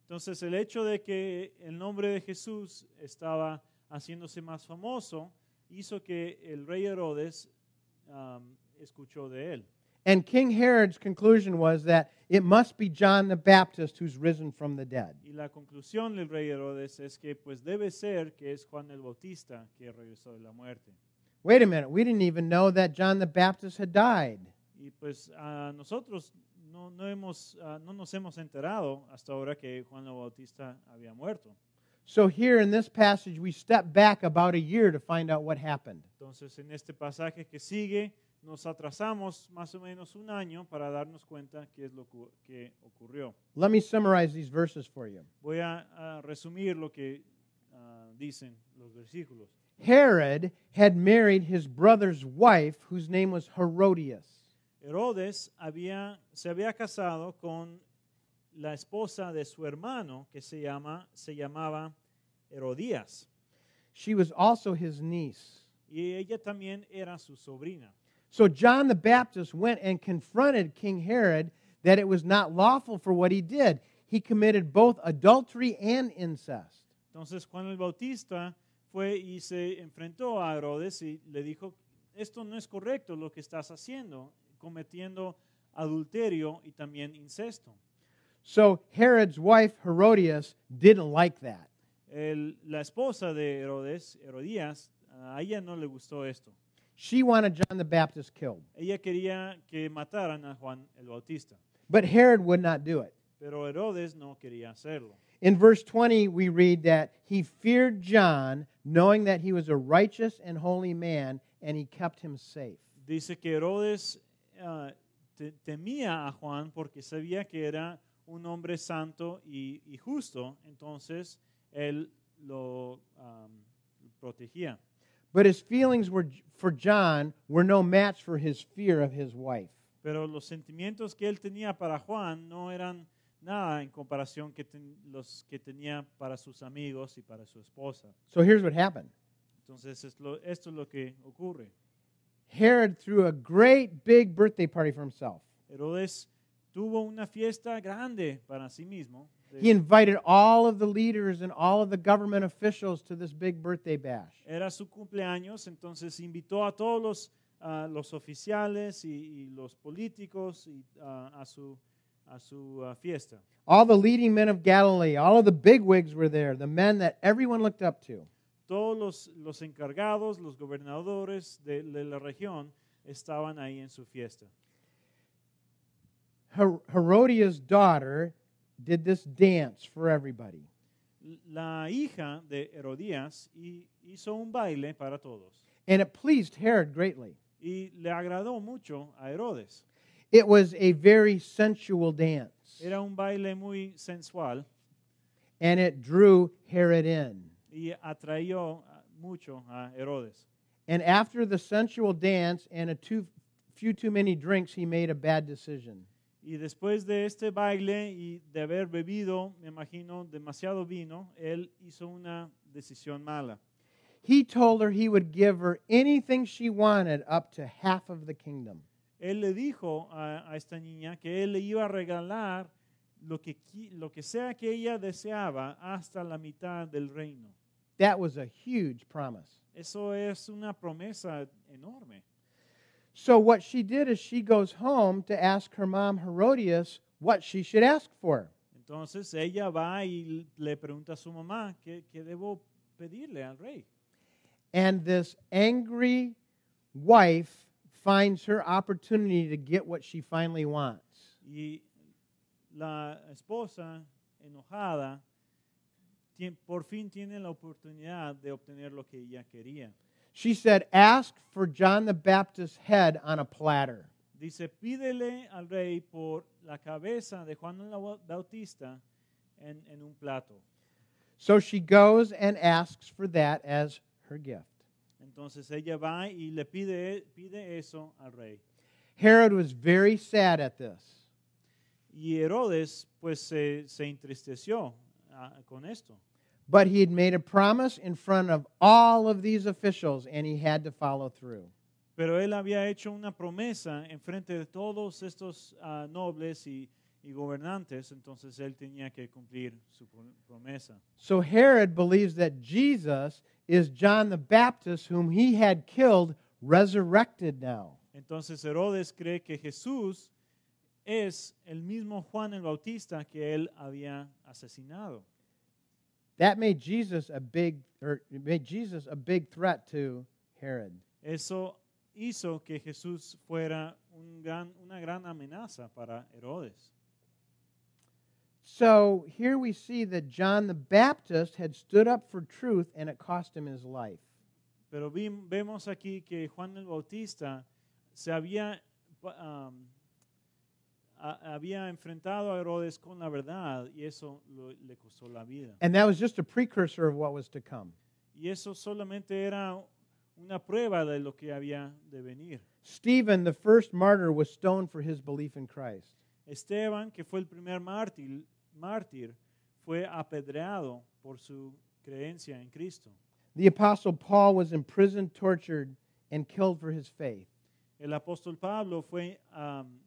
Speaker 2: Entonces el hecho de que el nombre de Jesús estaba haciéndose más famoso hizo que el rey Herodes um, escuchó de él.
Speaker 1: And King Herod's conclusion was that it must be John the Baptist who's risen from the dead.
Speaker 2: Y la conclusión del rey Herodes es que pues debe ser que es Juan el Bautista que regresó de la muerte.
Speaker 1: Wait a minute, we didn't even know that John the Baptist had died.
Speaker 2: Y Y pues a nosotros no, no hemos, ah, no nos hemos enterado hasta ahora que Juan el Bautista había muerto.
Speaker 1: So, here in this passage, we step back about a year to find out what happened.
Speaker 2: Entonces en este pasaje que sigue nos atrasamos más o menos un año para darnos cuenta qué es lo cu- que ocurrió.
Speaker 1: Let me summarize these verses for you.
Speaker 2: Voy a, a resumir lo que ah, dicen los versículos.
Speaker 1: Herod had married his brother's wife, whose name was Herodias.
Speaker 2: Herodes había, se había casado con la esposa de su hermano que se, llama, se llamaba Herodías
Speaker 1: She was also his niece.
Speaker 2: y ella también era su sobrina.
Speaker 1: So, John the Baptist went and confronted King Herod that it was not lawful for what he did. He committed both adultery and incest.
Speaker 2: Entonces Juan el Bautista fue y se enfrentó a Herodes y le dijo, esto no es correcto lo que estás haciendo, cometiendo adulterio y también incesto.
Speaker 1: So, Herod's wife, Herodias, didn't like that.
Speaker 2: El- la esposa de Herodes, Herodías, a ella no le gustó esto.
Speaker 1: She wanted John the Baptist killed,
Speaker 2: Ella quería que mataran a Juan el Bautista.
Speaker 1: but Herod would not do it.
Speaker 2: Pero Herodes no quería hacerlo.
Speaker 1: In verse 20, we read that he feared John, knowing that he was a righteous and holy man, and he kept him safe.
Speaker 2: Dice que Herodes ah, te- temía a Juan porque sabía que era un hombre santo y, y justo, entonces él lo am, protegía.
Speaker 1: But his feelings were, for John were no match for his fear of his wife.
Speaker 2: Pero los sentimientos que él tenía para Juan no eran nada en comparación que ten- los que tenía para sus amigos y para su esposa.
Speaker 1: So here's what happened
Speaker 2: Entonces es lo- esto es lo que ocurre.
Speaker 1: Herod threw a great big birthday party for himself.
Speaker 2: Herodes tuvo una fiesta grande para sí mismo. de-
Speaker 1: He invited all of the leaders and all of the government officials to this big birthday bash.
Speaker 2: Era su cumpleaños, entonces invitó a todos los, ah, los oficiales y, y los políticos y, ah, a su, a su ah, fiesta.
Speaker 1: All the leading men of Galilee, all of the bigwigs were there, the men that everyone looked up to.
Speaker 2: Todos los, los encargados, los gobernadores de, de la región estaban ahí en su fiesta.
Speaker 1: Her- Herodias' daughter did this dance for everybody.
Speaker 2: La hija de Herodías hi- hizo un baile para todos
Speaker 1: And it pleased Herod greatly.
Speaker 2: y le agradó mucho a Herodes.
Speaker 1: It was a very sensual dance,
Speaker 2: Era un baile muy sensual
Speaker 1: and it drew Herod in.
Speaker 2: y atrayó ah, mucho a Herodes.
Speaker 1: And after the sensual dance and a too, few too many drinks, he made a bad decision.
Speaker 2: Y después de este baile y de haber bebido, me imagino, demasiado vino, él hizo una decisión mala.
Speaker 1: He told her he would give her anything she wanted up to half of the kingdom.
Speaker 2: Él le dijo a, a esta niña que él le iba a regalar lo que, qui- lo que sea que ella deseaba hasta la mitad del reino.
Speaker 1: That was a huge promise.
Speaker 2: Eso es una promesa enorme.
Speaker 1: So, what she did is she goes home to ask her mom, Herodias, what she should ask for.
Speaker 2: Entonces ella va y le pregunta a su mamá qué, qué debo pedirle al rey.
Speaker 1: And this angry wife finds her opportunity to get what she finally wants.
Speaker 2: Y la esposa enojada tien- por fin tiene la oportunidad de obtener lo que ella quería.
Speaker 1: She said, Ask for John the Baptist's head on a platter.
Speaker 2: Dice, pídele al rey por la cabeza de Juan el Bau- Bautista en, en un plato.
Speaker 1: So she goes and asks for that as her gift.
Speaker 2: Entonces ella va y le pide, pide eso al rey.
Speaker 1: Herod was very sad at this.
Speaker 2: Y Herodes pues se, se entristeció ah, con esto.
Speaker 1: But he had made a promise in front of all of these officials, and he had to follow through.
Speaker 2: Pero él había hecho una promesa en frente de todos estos ah, nobles y, y gobernantes, entonces él tenía que cumplir su pro- promesa.
Speaker 1: So Herod believes that Jesus is John the Baptist, whom he had killed, resurrected now.
Speaker 2: Entonces Herodes cree que Jesús es el mismo Juan el Bautista que él había asesinado.
Speaker 1: That made Jesus a big, or it made Jesus a big threat to Herod.
Speaker 2: Eso hizo que Jesús fuera un gran, una gran amenaza para Herodes.
Speaker 1: So here we see that John the Baptist had stood up for truth and it cost him his life.
Speaker 2: Pero vi- vemos aquí que Juan el Bautista se había, pa- am, a- había enfrentado a Herodes con la verdad y eso lo- le costó la vida.
Speaker 1: And that was just a precursor of what was to come.
Speaker 2: Y eso solamente era una prueba de lo que había de venir.
Speaker 1: Stephen, the first martyr, was stoned for his belief in Christ.
Speaker 2: Esteban, que fue el primer mártir, mártir fue apedreado por su creencia en Cristo.
Speaker 1: The apostle Paul was imprisoned, tortured, and killed for his faith.
Speaker 2: El apóstol Pablo fue am,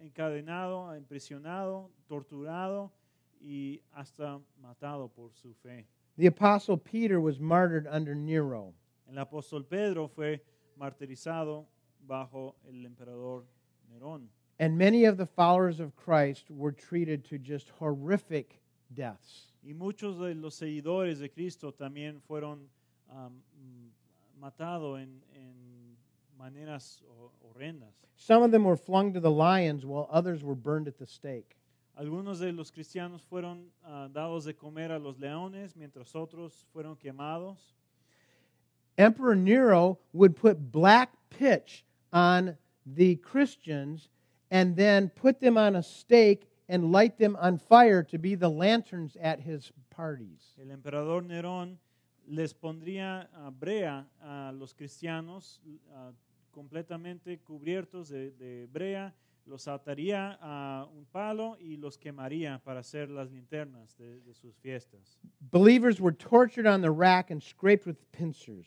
Speaker 2: encadenado, impresionado, torturado y hasta matado por su fe.
Speaker 1: The apostle Peter was martyred under Nero.
Speaker 2: El apóstol Pedro fue martirizado bajo el emperador Nerón.
Speaker 1: And many of the followers of Christ were treated to just horrific deaths.
Speaker 2: Y muchos de los seguidores de Cristo también fueron am, matados en, en maneras ho- horrendas.
Speaker 1: Some of them were flung to the lions, while others were burned at the stake.
Speaker 2: Algunos de los cristianos fueron ah, dados de comer a los leones, mientras otros fueron quemados.
Speaker 1: Emperor Nero would put black pitch on the Christians and then put them on a stake and light them on fire to be the lanterns at his parties.
Speaker 2: El emperador Nerón les pondría ah, brea a los cristianos, ah, completamente cubiertos de, de brea, los ataría a un palo y los quemaría para hacer las linternas de- de sus fiestas.
Speaker 1: Believers were tortured on the rack and scraped with pincers.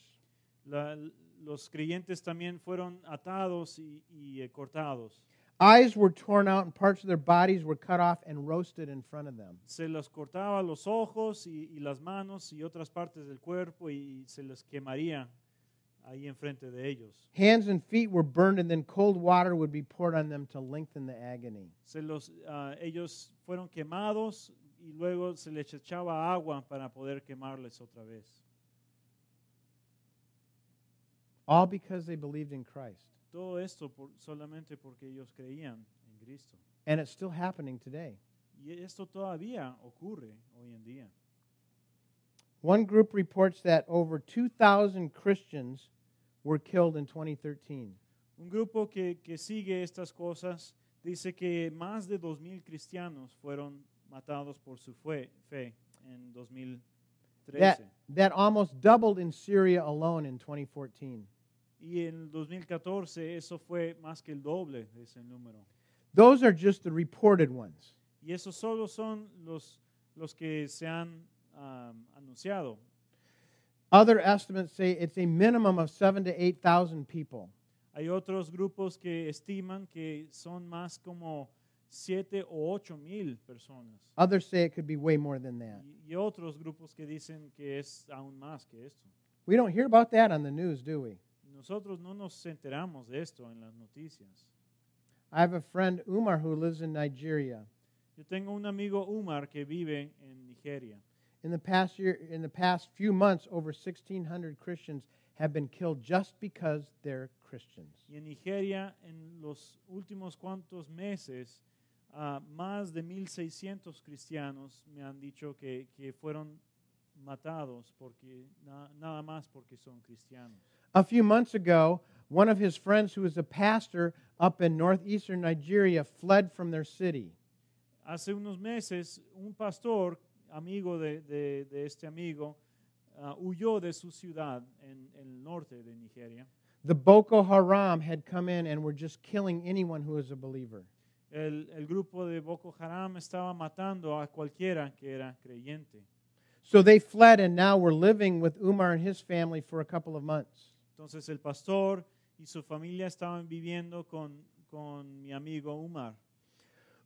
Speaker 2: La- los creyentes también fueron atados y, y, eh, cortados.
Speaker 1: Eyes were torn out and parts of their bodies were cut off and roasted in front of them.
Speaker 2: Se les cortaba los ojos y, y las manos y otras partes del cuerpo y, se les quemaría ahí enfrente de ellos.
Speaker 1: Hands and feet were burned, and then cold water would be poured on them to lengthen the agony.
Speaker 2: Se los, ah, ellos fueron quemados y luego se les echaba agua para poder quemarles otra vez.
Speaker 1: All because they believed in Christ.
Speaker 2: Todo esto por- solamente porque ellos creían en Cristo.
Speaker 1: And it's still happening today.
Speaker 2: Y esto todavía ocurre hoy en día.
Speaker 1: One group reports that over 2,000 Christians were killed in 2013.
Speaker 2: Un grupo que, que sigue estas cosas dice que más de 2.000 cristianos fueron matados por su fe, fe en 2013.
Speaker 1: That, that almost doubled in Syria alone in 2014.
Speaker 2: Y en 2014 eso fue más que el doble de ese número.
Speaker 1: Those are just the reported ones.
Speaker 2: Y esos solo son los, los que se han am, anunciado.
Speaker 1: Other estimates say it's a minimum of seven to 8,000 people.
Speaker 2: Hay otros grupos que estiman que son más como 7 o 8 mil personas.
Speaker 1: Others say it could be way more than that.
Speaker 2: Y- y otros grupos que dicen que es aún más que esto.
Speaker 1: We don't hear about that on the news, do we?
Speaker 2: Nosotros no nos enteramos de esto en las noticias.
Speaker 1: I have a friend, Umar, who lives in Nigeria.
Speaker 2: Yo tengo un amigo Umar que vive en Nigeria.
Speaker 1: In the past year, in the past few months, over 1,600 Christians have been killed just because they're Christians.
Speaker 2: Y en Nigeria, en los últimos cuantos meses, ah, más de 1.600 cristianos me han dicho que, que fueron matados porque na- nada más porque son cristianos.
Speaker 1: A few months ago, one of his friends, who is a pastor up in northeastern Nigeria, fled from their city.
Speaker 2: Hace unos meses, un pastor, amigo de, de- de este amigo, ah, huyó de su ciudad en el norte de Nigeria.
Speaker 1: The Boko Haram had come in and were just killing anyone who was a believer.
Speaker 2: El, el grupo de Boko Haram estaba matando a cualquiera que era creyente.
Speaker 1: So they fled and now we're living with Umar and his family for a couple of months.
Speaker 2: Entonces el pastor y su familia estaban viviendo con, con mi amigo Umar.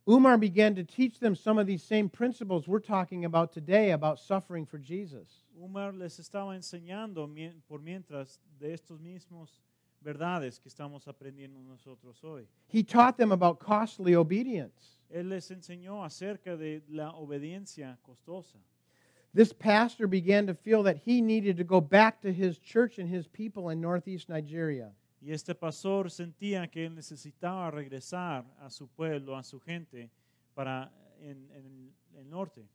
Speaker 1: Umar began to teach them some of these same principles we're talking about today about suffering for Jesus.
Speaker 2: Umar les estaba enseñando mien- por mientras de estos mismos verdades que estamos aprendiendo nosotros hoy.
Speaker 1: He taught them about costly obedience.
Speaker 2: Él les enseñó acerca de la obediencia costosa.
Speaker 1: This pastor began to feel that he needed to go back to his church and his people in northeast Nigeria.
Speaker 2: Y Y este pastor sentía que él necesitaba regresar a su pueblo, a su gente, para en, en el norte.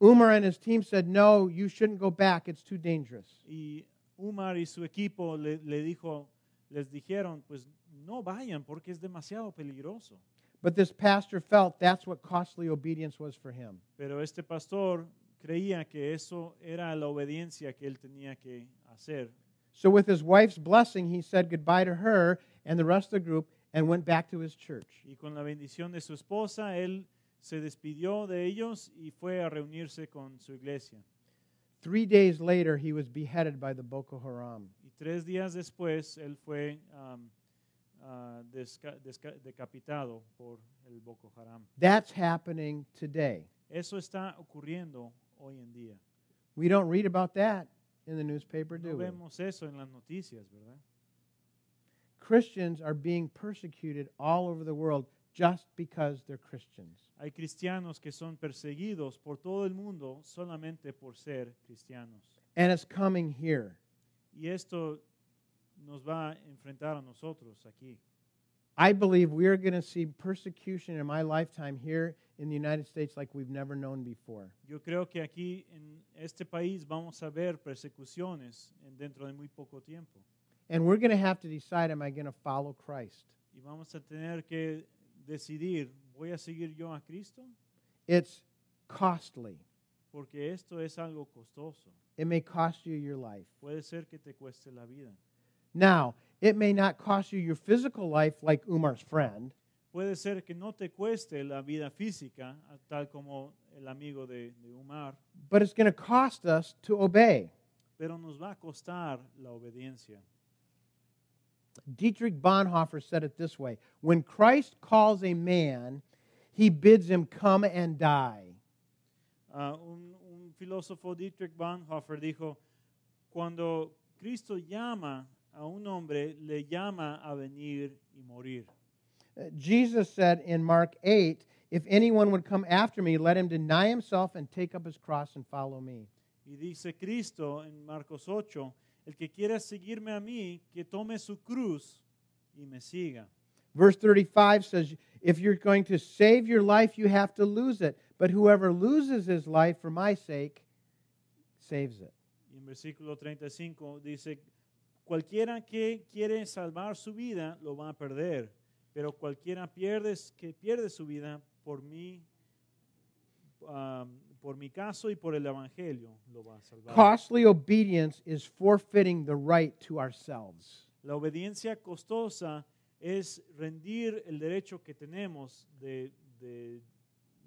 Speaker 1: Umar and his team said, No, you shouldn't go back. It's too dangerous.
Speaker 2: Y Umar y su equipo le, le dijo, les dijeron, pues no vayan porque es demasiado peligroso.
Speaker 1: But this pastor felt that's what costly obedience was for him.
Speaker 2: Pero este pastor creía que eso era la obediencia que él tenía que hacer.
Speaker 1: So, with his wife's blessing, he said goodbye to her and the rest of the group and went back to his church.
Speaker 2: Y con la bendición de su esposa, él se despidió de ellos y fue a reunirse con su iglesia.
Speaker 1: Three days later, he was beheaded by the Boko Haram.
Speaker 2: Y tres días después, él fue am, ah, desca- desca- decapitado por el Boko Haram.
Speaker 1: That's happening today.
Speaker 2: Eso está ocurriendo hoy en día.
Speaker 1: We don't read about that in the newspaper, do
Speaker 2: No
Speaker 1: we?
Speaker 2: vemos eso en las noticias, ¿verdad?
Speaker 1: Christians are being persecuted all over the world just because they're Christians.
Speaker 2: Hay cristianos que son perseguidos por todo el mundo solamente por ser cristianos.
Speaker 1: And it's coming here.
Speaker 2: Y esto nos va a enfrentar a nosotros aquí.
Speaker 1: I believe we are going to see persecution in my lifetime here in the United States like we've never known before.
Speaker 2: Yo creo que aquí en este país vamos a ver persecuciones en- dentro de muy poco tiempo.
Speaker 1: And we're going to have to decide am I going to follow Christ?
Speaker 2: Y vamos a tener que decidir, ¿voy a seguir yo a Cristo?
Speaker 1: It's costly.
Speaker 2: Porque esto es algo costoso.
Speaker 1: It may cost you your life.
Speaker 2: Puede ser que te cueste la vida.
Speaker 1: Now, it may not cost you your physical life like Umar's friend,
Speaker 2: Puede ser que no te cueste la vida física, a- tal como el amigo de, de Umar,
Speaker 1: but it's going to cost us to obey.
Speaker 2: pero nos va a costar la obediencia.
Speaker 1: Dietrich Bonhoeffer said it this way When Christ calls a man, he bids him come and die.
Speaker 2: Ah, un, un filósofo, Dietrich Bonhoeffer, dijo, cuando Cristo llama a un hombre, le llama a venir y morir.
Speaker 1: Uh, Jesus said in Mark 8, If anyone would come after me, let him deny himself and take up his cross and follow me.
Speaker 2: Y dice Cristo en Marcos 8, el que quiera seguirme a mí, que tome su cruz y me siga.
Speaker 1: Verse 35 says, If you're going to save your life, you have to lose it. But whoever loses his life for my sake saves it.
Speaker 2: Y en versículo 35 dice, cualquiera que quiere salvar su vida lo va a perder, pero cualquiera pierdes- que pierde su vida por mí, ah, por mi caso y por el evangelio lo va a salvar.
Speaker 1: Costly obedience is forfeiting the right to ourselves.
Speaker 2: La obediencia costosa es rendir el derecho que tenemos de, de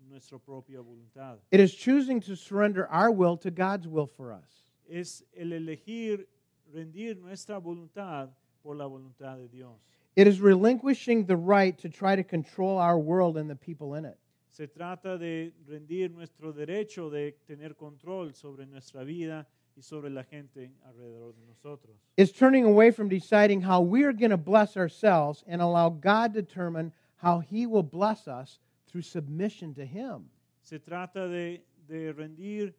Speaker 2: nuestra propia voluntad.
Speaker 1: It is choosing to surrender our will to God's will for us.
Speaker 2: Es el elegir rendir nuestra voluntad por la voluntad de Dios.
Speaker 1: It is relinquishing the right to try to control our world and the people in it.
Speaker 2: Se trata de rendir nuestro derecho de tener control sobre nuestra vida y sobre la gente alrededor de nosotros.
Speaker 1: It's turning away from deciding how we are going to bless ourselves and allow God to determine how He will bless us through submission to Him.
Speaker 2: Se trata de, de rendir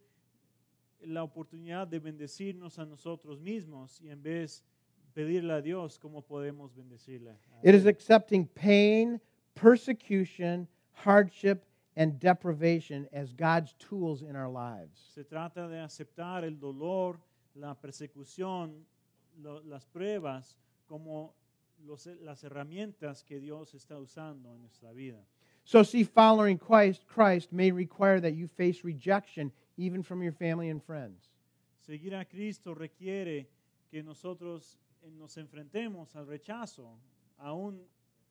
Speaker 2: la oportunidad de bendecirnos a nosotros mismos y en vez pedirle a Dios cómo podemos bendecirle. a
Speaker 1: It is
Speaker 2: Él.
Speaker 1: accepting pain, persecution, hardship, and deprivation as God's tools in our lives.
Speaker 2: Se trata de aceptar el dolor, la persecución, lo- las pruebas como los- las herramientas que Dios está usando en nuestra vida.
Speaker 1: So, see, following Christ, Christ may require that you face rejection, even from your family and friends.
Speaker 2: Seguir a Cristo requiere que nosotros eh, nos enfrentemos al rechazo, aún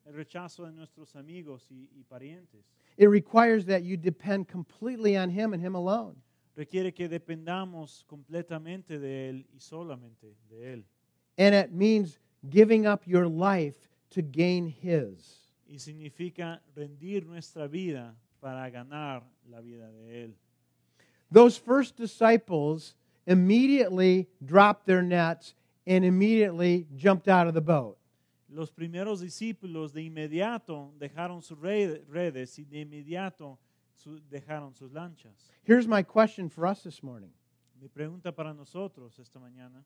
Speaker 2: el rechazo de nuestros amigos y, y parientes.
Speaker 1: It requires that you depend completely on Him and Him alone.
Speaker 2: Requiere que dependamos completamente de Él y solamente de Él.
Speaker 1: And it means giving up your life to gain His.
Speaker 2: Y significa rendir nuestra vida para ganar la vida de Él.
Speaker 1: Those first disciples immediately dropped their nets and immediately jumped out of the boat.
Speaker 2: Los primeros discípulos de inmediato dejaron sus re- redes y de inmediato su- dejaron sus lanchas.
Speaker 1: Here's my question for us this morning
Speaker 2: Mi pregunta para nosotros esta mañana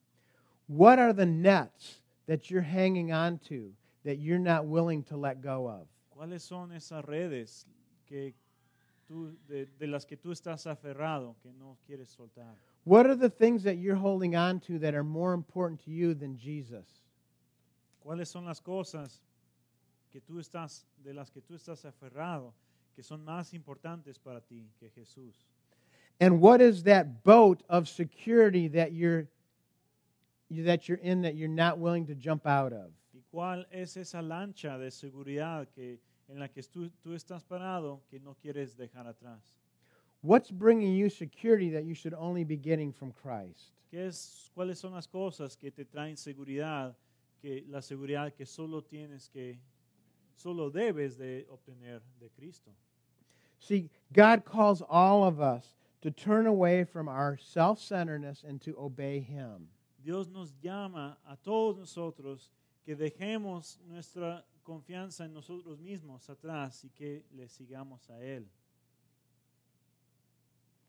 Speaker 1: What are the nets that you're hanging on to that you're not willing to let go of?
Speaker 2: ¿Cuáles son esas redes que tú- de, de las que tú estás aferrado, que no quieres soltar?
Speaker 1: What are the things that you're holding on to that are more important to you than Jesus?
Speaker 2: ¿Cuáles son las cosas que tú estás, de las que tú estás aferrado, que son más importantes para ti que Jesús?
Speaker 1: And what is that boat of security that you're that you're in that you're not willing to jump out of?
Speaker 2: ¿Y cuál es esa lancha de seguridad que, en la que tú, tú estás parado que no quieres dejar atrás?
Speaker 1: What's bringing you security that you should only be getting from Christ?
Speaker 2: ¿Qué es, ¿Cuáles son las cosas que te traen seguridad, que la seguridad que solo tienes que, solo debes de obtener de Cristo?
Speaker 1: See, God calls all of us to turn away from our self-centeredness and to obey him.
Speaker 2: Dios nos llama a todos nosotros que dejemos nuestra confianza en nosotros mismos atrás y que le sigamos a Él.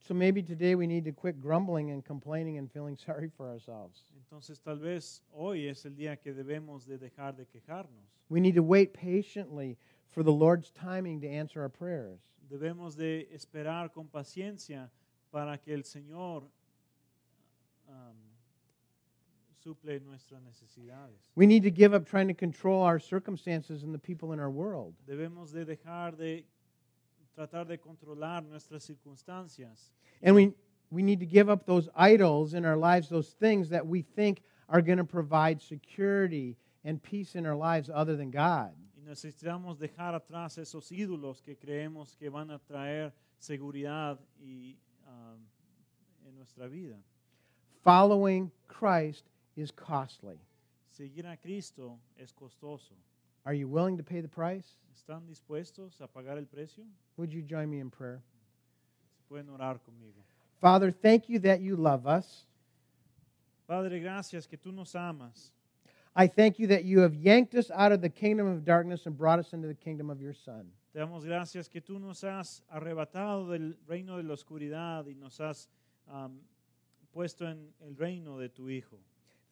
Speaker 1: So maybe today we need to quit grumbling and complaining and feeling sorry for ourselves.
Speaker 2: Entonces tal vez hoy es el día que debemos de dejar de quejarnos.
Speaker 1: We need to wait patiently for the Lord's timing to answer our prayers.
Speaker 2: Debemos de esperar con paciencia para que el Señor um, suple nuestras necesidades.
Speaker 1: We need to give up trying to control our circumstances and the people in our world.
Speaker 2: Debemos de dejar de tratar de controlar nuestras circunstancias
Speaker 1: And we, we need to give up those idols in our lives, those things that we think are going to provide security and peace in our lives other than God.
Speaker 2: Y necesitamos dejar atrás esos ídolos que creemos que van a traer seguridad y, um, en nuestra vida.
Speaker 1: Following Christ is costly.
Speaker 2: Seguir a Cristo es costoso.
Speaker 1: Are you willing to pay the price?
Speaker 2: ¿Están dispuestos a pagar el precio?
Speaker 1: Would you join me in prayer?
Speaker 2: Si pueden orar conmigo.
Speaker 1: Father, thank you that you love us.
Speaker 2: Padre, gracias que tú nos amas.
Speaker 1: I thank you that you have yanked us out of the kingdom of darkness and brought us into the kingdom of your Son.
Speaker 2: Te damos gracias que tú nos has arrebatado del reino de la oscuridad y nos has um, puesto en el reino de tu Hijo.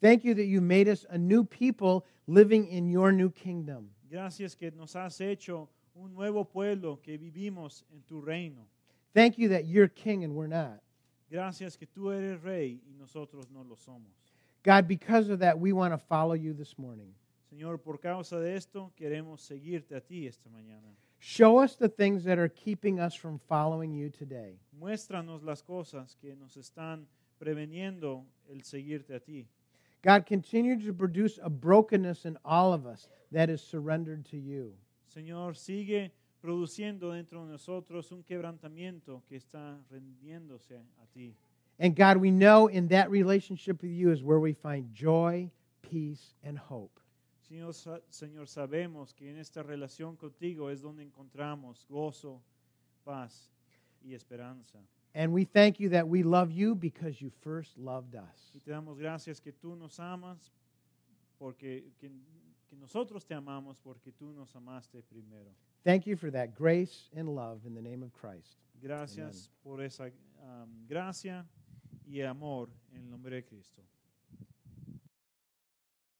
Speaker 1: Thank you that you made us a new people living in your new kingdom.
Speaker 2: Gracias que nos has hecho un nuevo pueblo que vivimos en tu reino.
Speaker 1: Thank you that you're king and we're not.
Speaker 2: Gracias que tú eres rey y nosotros no lo somos.
Speaker 1: God, because of that, we want to follow you this morning.
Speaker 2: Señor, por causa de esto queremos seguirte a ti esta mañana.
Speaker 1: Show us the things that are keeping us from following you today.
Speaker 2: Muéstranos las cosas que nos están preveniendo el seguirte a ti.
Speaker 1: God, continue to produce a brokenness in all of us that is surrendered to you.
Speaker 2: Señor, sigue produciendo dentro de nosotros un quebrantamiento que está rendiéndose a ti.
Speaker 1: And God, we know in that relationship with you is where we find joy, peace, and hope.
Speaker 2: Señor, sa- Señor, sabemos que en esta relación contigo es donde encontramos gozo, paz y esperanza.
Speaker 1: And we thank you that we love you because you first loved
Speaker 2: Y
Speaker 1: us.
Speaker 2: te damos gracias que tú nos amas, porque que, que nosotros te amamos porque tú nos amaste primero.
Speaker 1: Thank you for that grace and love in the name of Christ.
Speaker 2: Gracias por esa um, gracia y amor en el nombre de Cristo.